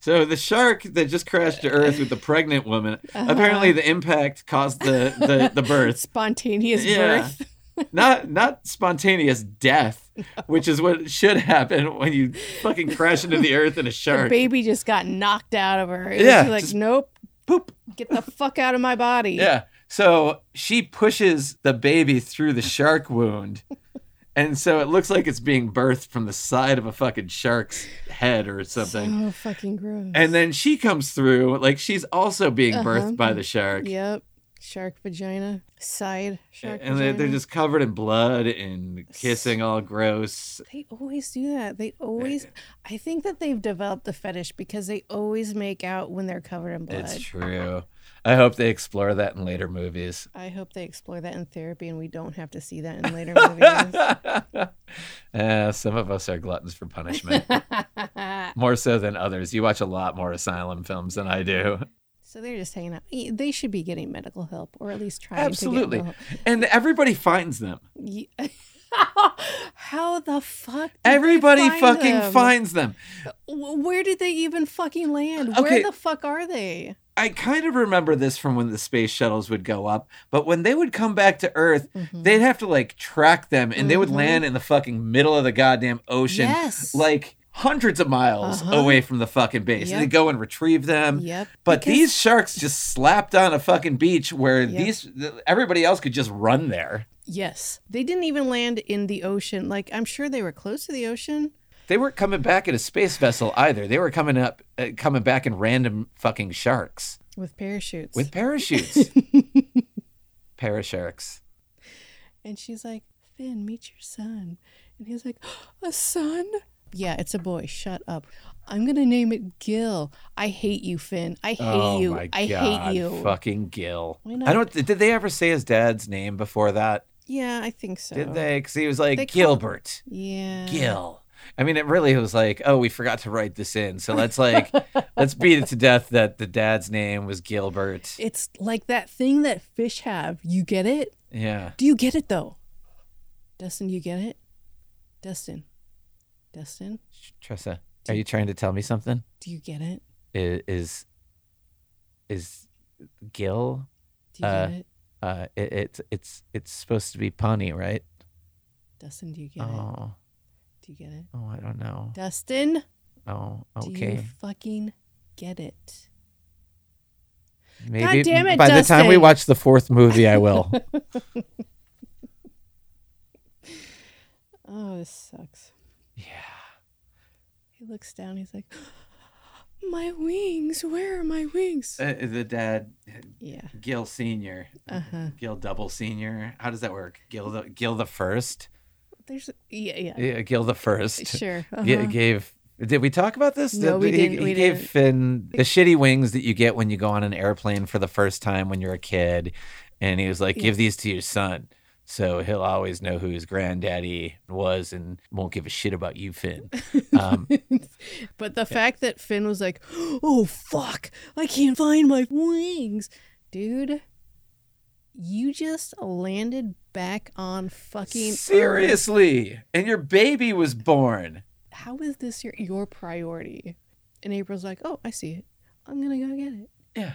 Speaker 4: So the shark that just crashed to Earth with the pregnant woman.
Speaker 3: Uh-huh.
Speaker 4: Apparently, the impact caused the the, the birth,
Speaker 3: [laughs] spontaneous
Speaker 4: Yeah.
Speaker 3: birth.
Speaker 4: not not spontaneous death, which is what should happen when you fucking crash into the Earth in a
Speaker 3: [laughs] The
Speaker 4: shark.
Speaker 3: baby just got knocked out of her. It was
Speaker 4: Yeah,
Speaker 3: like,
Speaker 4: just-
Speaker 3: nope,
Speaker 4: Boop.
Speaker 3: get the fuck out of my body.
Speaker 4: Yeah. So she pushes the baby through the shark wound. And so it looks like it's being birthed from the side of a fucking shark's head or something.
Speaker 3: Oh, fucking gross.
Speaker 4: And then she comes through, like she's also being
Speaker 3: Uh-huh.
Speaker 4: birthed by the shark.
Speaker 3: yep, shark vagina, side shark
Speaker 4: And
Speaker 3: vagina.
Speaker 4: they're, they're just covered in blood and kissing all gross.
Speaker 3: They always do that. They always. I think that they've developed a fetish because they always make out when they're covered in blood.
Speaker 4: It's true. I hope they explore that in later movies. [laughs]
Speaker 3: I hope they explore that in therapy and we don't have to see that in
Speaker 4: [laughs]
Speaker 3: later movies. [laughs]
Speaker 4: Uh, some of us are gluttons for punishment. more so than others. You watch a lot more asylum films than I do.
Speaker 3: So they're just hanging out. E- They should be getting medical help or at least trying
Speaker 4: Absolutely.
Speaker 3: to get
Speaker 4: And everybody finds them.
Speaker 3: medical help. Ye- [laughs] How the fuck? did they
Speaker 4: Everybody
Speaker 3: find
Speaker 4: fucking
Speaker 3: them?
Speaker 4: finds them.
Speaker 3: W- Where did they even fucking land? Where
Speaker 4: Okay.
Speaker 3: the fuck are they?
Speaker 4: I kind of remember this from when the space shuttles would go up, but when they would come back to Earth,
Speaker 3: Mm-hmm.
Speaker 4: they'd have to like track them and they would
Speaker 3: Mhm.
Speaker 4: land in the fucking middle of the goddamn ocean.
Speaker 3: Yes.
Speaker 4: Like hundreds of miles
Speaker 3: Uh-huh.
Speaker 4: away from the fucking base.
Speaker 3: Yep.
Speaker 4: And they go and retrieve them.
Speaker 3: Yep.
Speaker 4: But
Speaker 3: Because-
Speaker 4: these sharks just slapped on a fucking beach where
Speaker 3: Yep.
Speaker 4: these th- everybody else could just run there.
Speaker 3: Yes. They didn't even land in the ocean. Like, I'm sure they were close to the ocean.
Speaker 4: They weren't coming back in a space vessel either. They were coming up, uh, coming back in random fucking sharks
Speaker 3: With parachutes.
Speaker 4: with
Speaker 3: [laughs]
Speaker 4: parachutes. Parasharks.
Speaker 3: and she's like, Finn, meet your son. And he's like, A son? Yeah, it's a boy. Shut up. I'm going to name it Gil. I hate you, Finn. I hate you. I hate you.
Speaker 4: Oh Fucking Gil.
Speaker 3: Why not?
Speaker 4: I don't. Did they ever say his dad's name before that?
Speaker 3: Yeah, I think so.
Speaker 4: Did they? Because he was like
Speaker 3: They call-
Speaker 4: Gilbert.
Speaker 3: Yeah.
Speaker 4: Gil. I mean, it really was like, oh, we forgot to write this in. So let's like,
Speaker 3: [laughs]
Speaker 4: let's beat it to death that the dad's name was Gilbert.
Speaker 3: It's like that thing that fish have. You get it?
Speaker 4: Yeah.
Speaker 3: Do you get it, though? Dustin, you get it? Dustin. Dustin,
Speaker 4: Tressa, are you trying to tell me something?
Speaker 3: do you get it?
Speaker 4: Is is, is Gil?
Speaker 3: Do you
Speaker 4: Uh,
Speaker 3: get it?
Speaker 4: Uh, it, it's it's it's supposed to be punny, right?
Speaker 3: Dustin, do you get it?
Speaker 4: Oh,
Speaker 3: Do you get it?
Speaker 4: oh, I don't know.
Speaker 3: Dustin,
Speaker 4: Oh,
Speaker 3: do you
Speaker 4: okay.
Speaker 3: fucking get it?
Speaker 4: Maybe
Speaker 3: God damn it,
Speaker 2: By the time we
Speaker 3: Dustin.
Speaker 2: watch the fourth movie, I
Speaker 3: [laughs]
Speaker 2: will.
Speaker 3: Oh, this sucks.
Speaker 4: Yeah.
Speaker 3: He looks down. He's like, [gasps] my wings. Where are my wings?
Speaker 4: Uh, the dad,
Speaker 3: yeah.
Speaker 4: Gil Senior,
Speaker 3: Uh huh.
Speaker 4: Gil Double Senior. How does that work? Gil the Gil the First.
Speaker 3: There's yeah yeah.
Speaker 4: Yeah, Gil the First. [laughs]
Speaker 3: Sure. Uh, Uh-huh.
Speaker 4: G- gave. Did we talk about this?
Speaker 3: No,
Speaker 4: Did-
Speaker 3: we
Speaker 4: he,
Speaker 3: didn't,
Speaker 4: He
Speaker 3: we
Speaker 4: gave
Speaker 3: didn't.
Speaker 4: Finn the shitty wings that you get when you go on an airplane for the first time when you're a kid, and he was like, "Give these to your son." So he'll always know who his granddaddy was and won't give a shit about you,
Speaker 3: [laughs]
Speaker 4: Finn. Um,
Speaker 3: but the fact that Finn was like, oh fuck, I can't find my wings, dude. You just landed back on fucking Earth.
Speaker 4: seriously, and your baby was born.
Speaker 3: How is this your your priority? And April's like, oh, I see it. I'm gonna go get it.
Speaker 4: Yeah.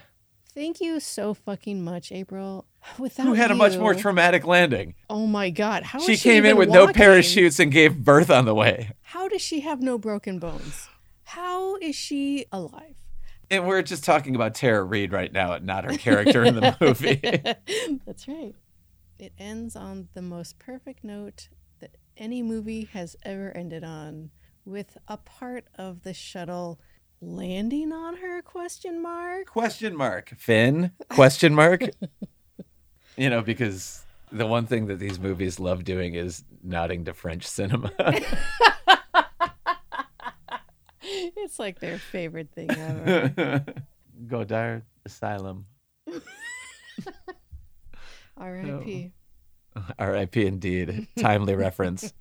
Speaker 3: Thank you so fucking much, April. [sighs] Without
Speaker 4: Who had a much
Speaker 3: you-
Speaker 4: more traumatic landing?
Speaker 3: Oh my god, how is
Speaker 4: she came in
Speaker 3: even
Speaker 4: with no
Speaker 3: walking?
Speaker 4: parachutes and gave birth on the way.
Speaker 3: How does she have no broken bones? How is she alive?
Speaker 4: And we're just talking about Tara Reid right now, not her character in
Speaker 3: [laughs]
Speaker 4: the [laughs] movie.
Speaker 3: That's right. It ends on the most perfect note that any movie has ever ended on, with a part of the shuttle landing on her question mark. [laughs]
Speaker 4: Question mark. Finn? Question mark. you know, because the one thing that these movies love doing is nodding to French cinema.
Speaker 3: It's like their favorite thing
Speaker 4: [laughs]
Speaker 3: ever.
Speaker 4: Godard Asylum.
Speaker 3: R.I.P.
Speaker 4: R.I.P.
Speaker 3: [laughs]
Speaker 4: Indeed. Timely reference.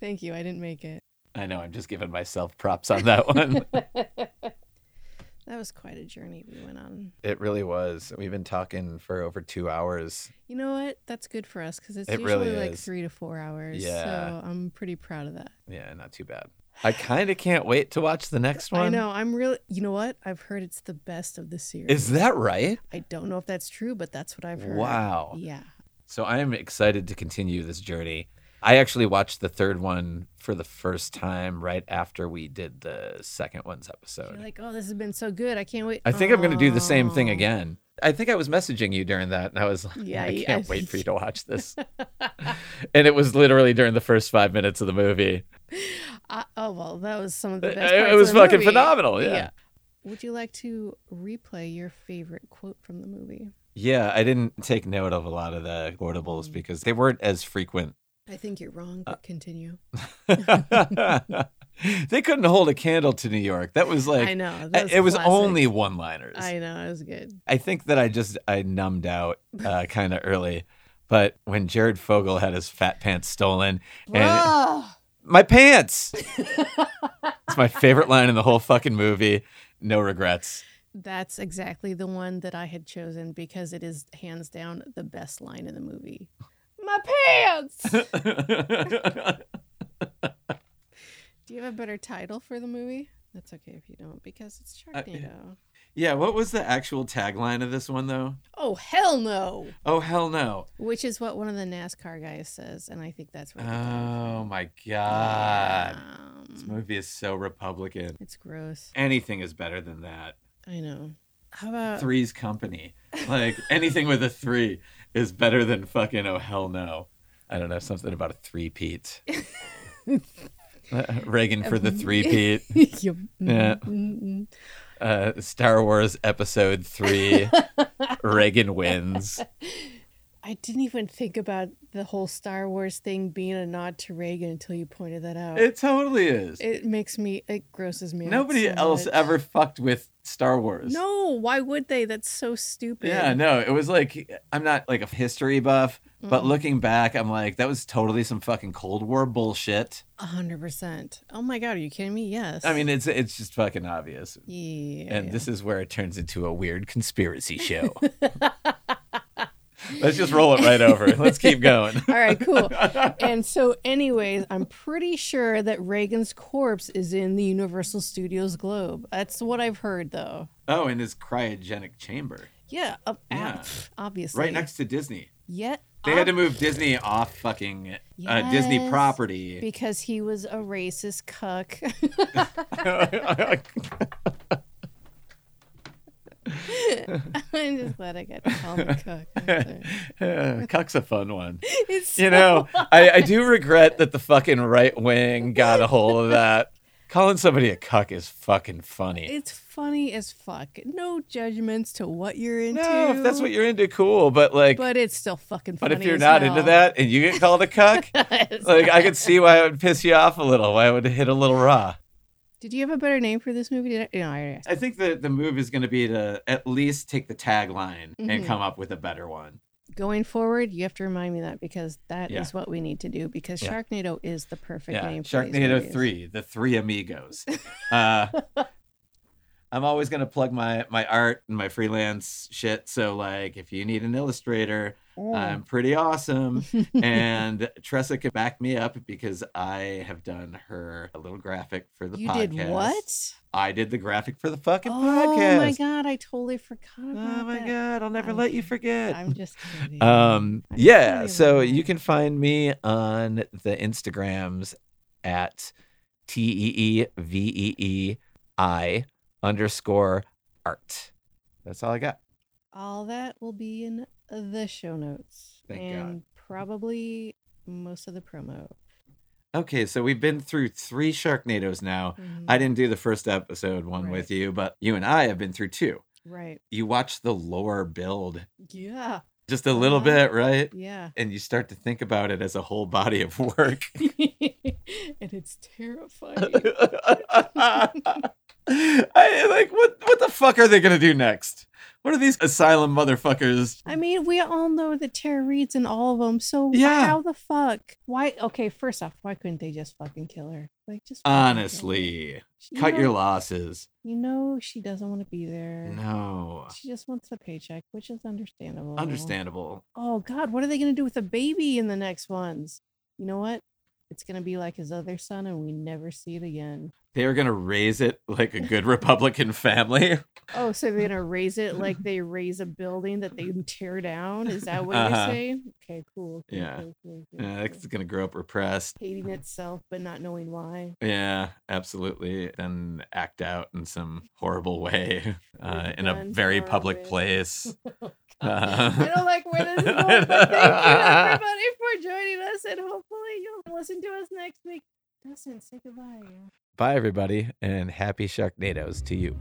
Speaker 3: Thank you. I didn't make it.
Speaker 4: I know I'm just giving myself props on that one.
Speaker 3: That was quite a journey we went on.
Speaker 4: it really was. We've been talking for over two hours.
Speaker 3: You know what? That's good for us because it's
Speaker 4: It
Speaker 3: usually
Speaker 4: really
Speaker 3: like
Speaker 4: is.
Speaker 3: three to four hours.
Speaker 4: Yeah.
Speaker 3: So I'm pretty proud of that.
Speaker 4: Yeah, not too bad. I kind of can't wait to watch the next one.
Speaker 3: I know. I'm really, you know what? I've heard it's the best of the series.
Speaker 4: Is that right?
Speaker 3: I don't know if that's true, but that's what I've heard.
Speaker 4: Wow.
Speaker 3: Yeah.
Speaker 4: So I am excited to continue this journey. I actually watched the third one for the first time right after we did the second one's
Speaker 3: You're
Speaker 4: episode.
Speaker 3: like, oh, this has been so good. I can't wait.
Speaker 4: I think I'm going to do the same thing
Speaker 3: Oh.
Speaker 4: again. I think I was messaging you during that, and I was like,
Speaker 3: Yeah,
Speaker 4: I
Speaker 3: yeah.
Speaker 4: can't wait for you to watch this. and it was literally during the first five minutes of the movie.
Speaker 3: I, oh, well, that was some of the
Speaker 4: It-
Speaker 3: best.
Speaker 4: it
Speaker 3: parts of
Speaker 4: was
Speaker 3: the
Speaker 4: fucking
Speaker 3: movie.
Speaker 4: phenomenal, yeah.
Speaker 3: Would you like to replay your favorite quote from the movie?
Speaker 4: Yeah, I didn't take note of a lot of the
Speaker 3: Mm.
Speaker 4: quotables because they weren't as frequent [laughs]
Speaker 3: [laughs] I think you're wrong,
Speaker 4: Uh,
Speaker 3: but continue.
Speaker 4: they couldn't hold a candle to New York. That was like
Speaker 3: I know.
Speaker 4: I-
Speaker 3: that
Speaker 4: it was
Speaker 3: classic.
Speaker 4: only one-liners. I,
Speaker 3: I know. It was good.
Speaker 4: think that I just I numbed out uh,
Speaker 3: [laughs]
Speaker 4: kind of early. But when Jared Fogle had his fat pants stolen, and
Speaker 3: [laughs] Bruh.
Speaker 4: my pants,
Speaker 2: It's my favorite line in the whole fucking movie. No
Speaker 3: [laughs]
Speaker 2: regrets.
Speaker 3: That's exactly the one that I had chosen because it is hands down the best line in the movie. My
Speaker 4: [laughs]
Speaker 3: pants. Do you have a better title for the movie? That's okay if you don't because it's Sharknado.
Speaker 4: [laughs] yeah, what was the actual tagline of this one though?
Speaker 3: oh hell no!
Speaker 4: Oh hell no.
Speaker 3: Which is what one of the NASCAR guys says, and I think that's where. they got it
Speaker 4: Oh my
Speaker 3: from.
Speaker 4: god. This
Speaker 3: Um,
Speaker 4: movie is so Republican.
Speaker 3: it's gross.
Speaker 4: Anything is better than that.
Speaker 3: I know. How about
Speaker 4: Three's company. Like anything with a three is better than fucking oh hell no.
Speaker 2: I don't know, something about a three
Speaker 4: [laughs]
Speaker 3: [laughs]
Speaker 2: peat. Reagan for the three peat.
Speaker 3: [laughs] Yup. Mm-hmm.
Speaker 2: Yeah.
Speaker 3: Mm-mm.
Speaker 2: Uh, Star Wars Episode
Speaker 3: [laughs]
Speaker 2: 3 Reagan wins.
Speaker 3: I didn't even think about the whole Star Wars thing being a nod to Reagan until you pointed that out. It,
Speaker 4: It totally is.
Speaker 3: makes me. It grosses me. out
Speaker 4: Nobody
Speaker 3: so
Speaker 4: else
Speaker 3: much.
Speaker 4: ever fucked with Star Wars.
Speaker 3: No, why would they? That's so stupid.
Speaker 4: Yeah, no, it was like I'm not like a history buff, but
Speaker 3: Mm-hmm.
Speaker 4: looking back, I'm like that was totally some fucking Cold War bullshit.
Speaker 3: A hundred percent. Oh my god, are you kidding me? Yes.
Speaker 4: I mean, it's it's just fucking obvious.
Speaker 3: yeah.
Speaker 2: And this is where it turns into a weird conspiracy
Speaker 3: [laughs]
Speaker 2: show. Let's just roll it right
Speaker 3: [laughs]
Speaker 2: over. Let's keep going.
Speaker 3: All
Speaker 4: [laughs]
Speaker 3: right, cool. and so, anyways, I'm pretty sure that Reagan's corpse is in the Universal Studios globe. That's what I've heard, though.
Speaker 4: Oh, in his cryogenic chamber,
Speaker 3: Yeah, up,
Speaker 4: Yeah.
Speaker 3: obviously.
Speaker 4: right next to Disney.
Speaker 3: Yet
Speaker 4: They had to move Disney off fucking uh, Disney
Speaker 3: Ah. Yes. [laughs]
Speaker 4: property. [laughs]
Speaker 3: because he was a racist cuck. [laughs] I'm just glad I got to call him
Speaker 4: [laughs]
Speaker 3: a cuck. [laughs] I'm sorry.
Speaker 2: Cuck's a fun one. [laughs]
Speaker 3: It's
Speaker 2: You know, I, I do regret that the fucking right wing got a hold of that. Calling somebody a cuck is fucking funny.
Speaker 3: it's funny as fuck. No judgments to what you're into.
Speaker 2: No, if that's what you're into, cool. But like,
Speaker 3: But it's still fucking
Speaker 2: But
Speaker 3: funny.
Speaker 2: if you're
Speaker 3: as
Speaker 2: not
Speaker 3: hell.
Speaker 2: into that and you get called a
Speaker 3: [laughs]
Speaker 2: cuck, like I could see why it would piss you off a little, why it would hit a little raw.
Speaker 3: Did you have a better name for this movie? Did I, no, I already asked.
Speaker 4: I think the the move is going to be to at least take the tagline and
Speaker 3: Mm-hmm.
Speaker 4: come up with a better one.
Speaker 3: Going forward, you have to remind me of that because that is
Speaker 4: Yeah.
Speaker 3: what we need to do because Sharknado is the perfect
Speaker 4: Yeah,
Speaker 3: name. for these
Speaker 4: Sharknado
Speaker 3: movies.
Speaker 4: Three, the Three
Speaker 3: [laughs]
Speaker 4: Amigos. uh, I'm always gonna plug my my art and my freelance shit. So like, if you need an illustrator,
Speaker 3: Oh,
Speaker 4: I'm pretty awesome,
Speaker 3: [laughs]
Speaker 4: and Tressa can back me up because I have done her a little graphic for the
Speaker 3: You
Speaker 4: podcast.
Speaker 3: did what?
Speaker 4: I did the graphic for the fucking
Speaker 3: Oh
Speaker 4: podcast.
Speaker 3: my god, I totally forgot about
Speaker 4: Oh my
Speaker 3: that.
Speaker 4: god! I'll never
Speaker 3: I'm
Speaker 4: let you
Speaker 3: kidding.
Speaker 4: forget.
Speaker 3: I'm just
Speaker 4: [laughs]
Speaker 3: kidding.
Speaker 2: Um,
Speaker 3: I'm
Speaker 2: yeah.
Speaker 3: kidding.
Speaker 2: So you can find me on the Instagrams at T E E V E E I underscore art. That's all I got.
Speaker 3: all that will be in the show notes.
Speaker 4: Thank God.
Speaker 3: and probably most of the promo.
Speaker 4: Okay, so we've been through three Sharknados now. I didn't do the first episode one
Speaker 3: Mm-hmm. Right.
Speaker 4: with you, but you and I have been through two.
Speaker 3: Right.
Speaker 4: You watch the lore build
Speaker 3: Yeah.
Speaker 4: just a little
Speaker 3: Uh-huh.
Speaker 4: bit, right?
Speaker 3: Yeah. [laughs]
Speaker 4: And you start to think about it as a whole body of work.
Speaker 3: and it's
Speaker 4: [laughs]
Speaker 3: terrifying.
Speaker 4: I like what what the fuck are they gonna do next? What are these asylum motherfuckers?
Speaker 3: I mean, we all know that Tara Reid's in all of them. So
Speaker 4: Yeah.
Speaker 3: how the fuck? Why? Okay, first off, why couldn't they just fucking kill her? Like, just fucking kill her.
Speaker 4: Honestly,
Speaker 3: She- you
Speaker 4: cut your
Speaker 3: know-
Speaker 4: losses.
Speaker 3: You know she doesn't want to be there.
Speaker 4: No,
Speaker 3: She just wants the paycheck, which is understandable.
Speaker 4: understandable.
Speaker 3: Oh God, what are they gonna do with the baby in the next ones? You know what? It's gonna be like his other son, and we never see it again.
Speaker 4: They are gonna raise it like a good [laughs] Republican family. [laughs]
Speaker 3: Oh, so they're gonna raise it like they raise a building that they tear down? Is that what
Speaker 4: Uh-huh.
Speaker 3: you're saying? Okay, cool. cool,
Speaker 4: Yeah.
Speaker 3: cool, cool, cool,
Speaker 4: Yeah,
Speaker 3: cool.
Speaker 4: it's gonna grow up repressed.
Speaker 3: hating itself but not
Speaker 4: [laughs]
Speaker 3: knowing why.
Speaker 4: Yeah, absolutely. Then act out in some horrible way [laughs] uh, in a
Speaker 3: guns
Speaker 4: very
Speaker 3: far
Speaker 4: public
Speaker 3: away. [laughs]
Speaker 4: place.
Speaker 3: I
Speaker 4: Uh, [laughs]
Speaker 3: don't like where this is going, but thank you everybody for joining us, and hopefully you'll listen to us next week. Dustin, say goodbye.
Speaker 2: Bye, everybody, and happy Sharknadoes to you.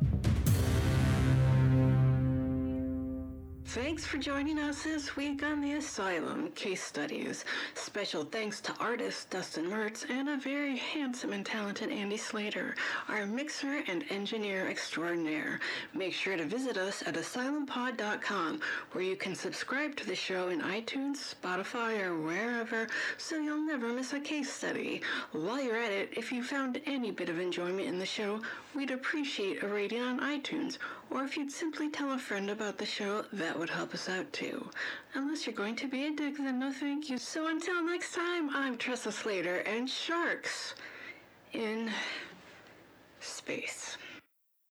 Speaker 5: Thanks for joining us this week on the Asylum Case Studies. Special thanks to artist Dustin Mertz and a very handsome and talented Andy Slater, our mixer and engineer extraordinaire. Make sure to visit us at asylumpod.com where you can subscribe to the show in iTunes, Spotify, or wherever so you'll never miss a case study. While you're at it, if you found any bit of enjoyment in the show, we'd appreciate a rating on iTunes or if you'd simply tell a friend about the show, that would help us out too. Unless you're going to be a dick, then no thank you. So until next time, I'm Tressa Slater and Sharks in space.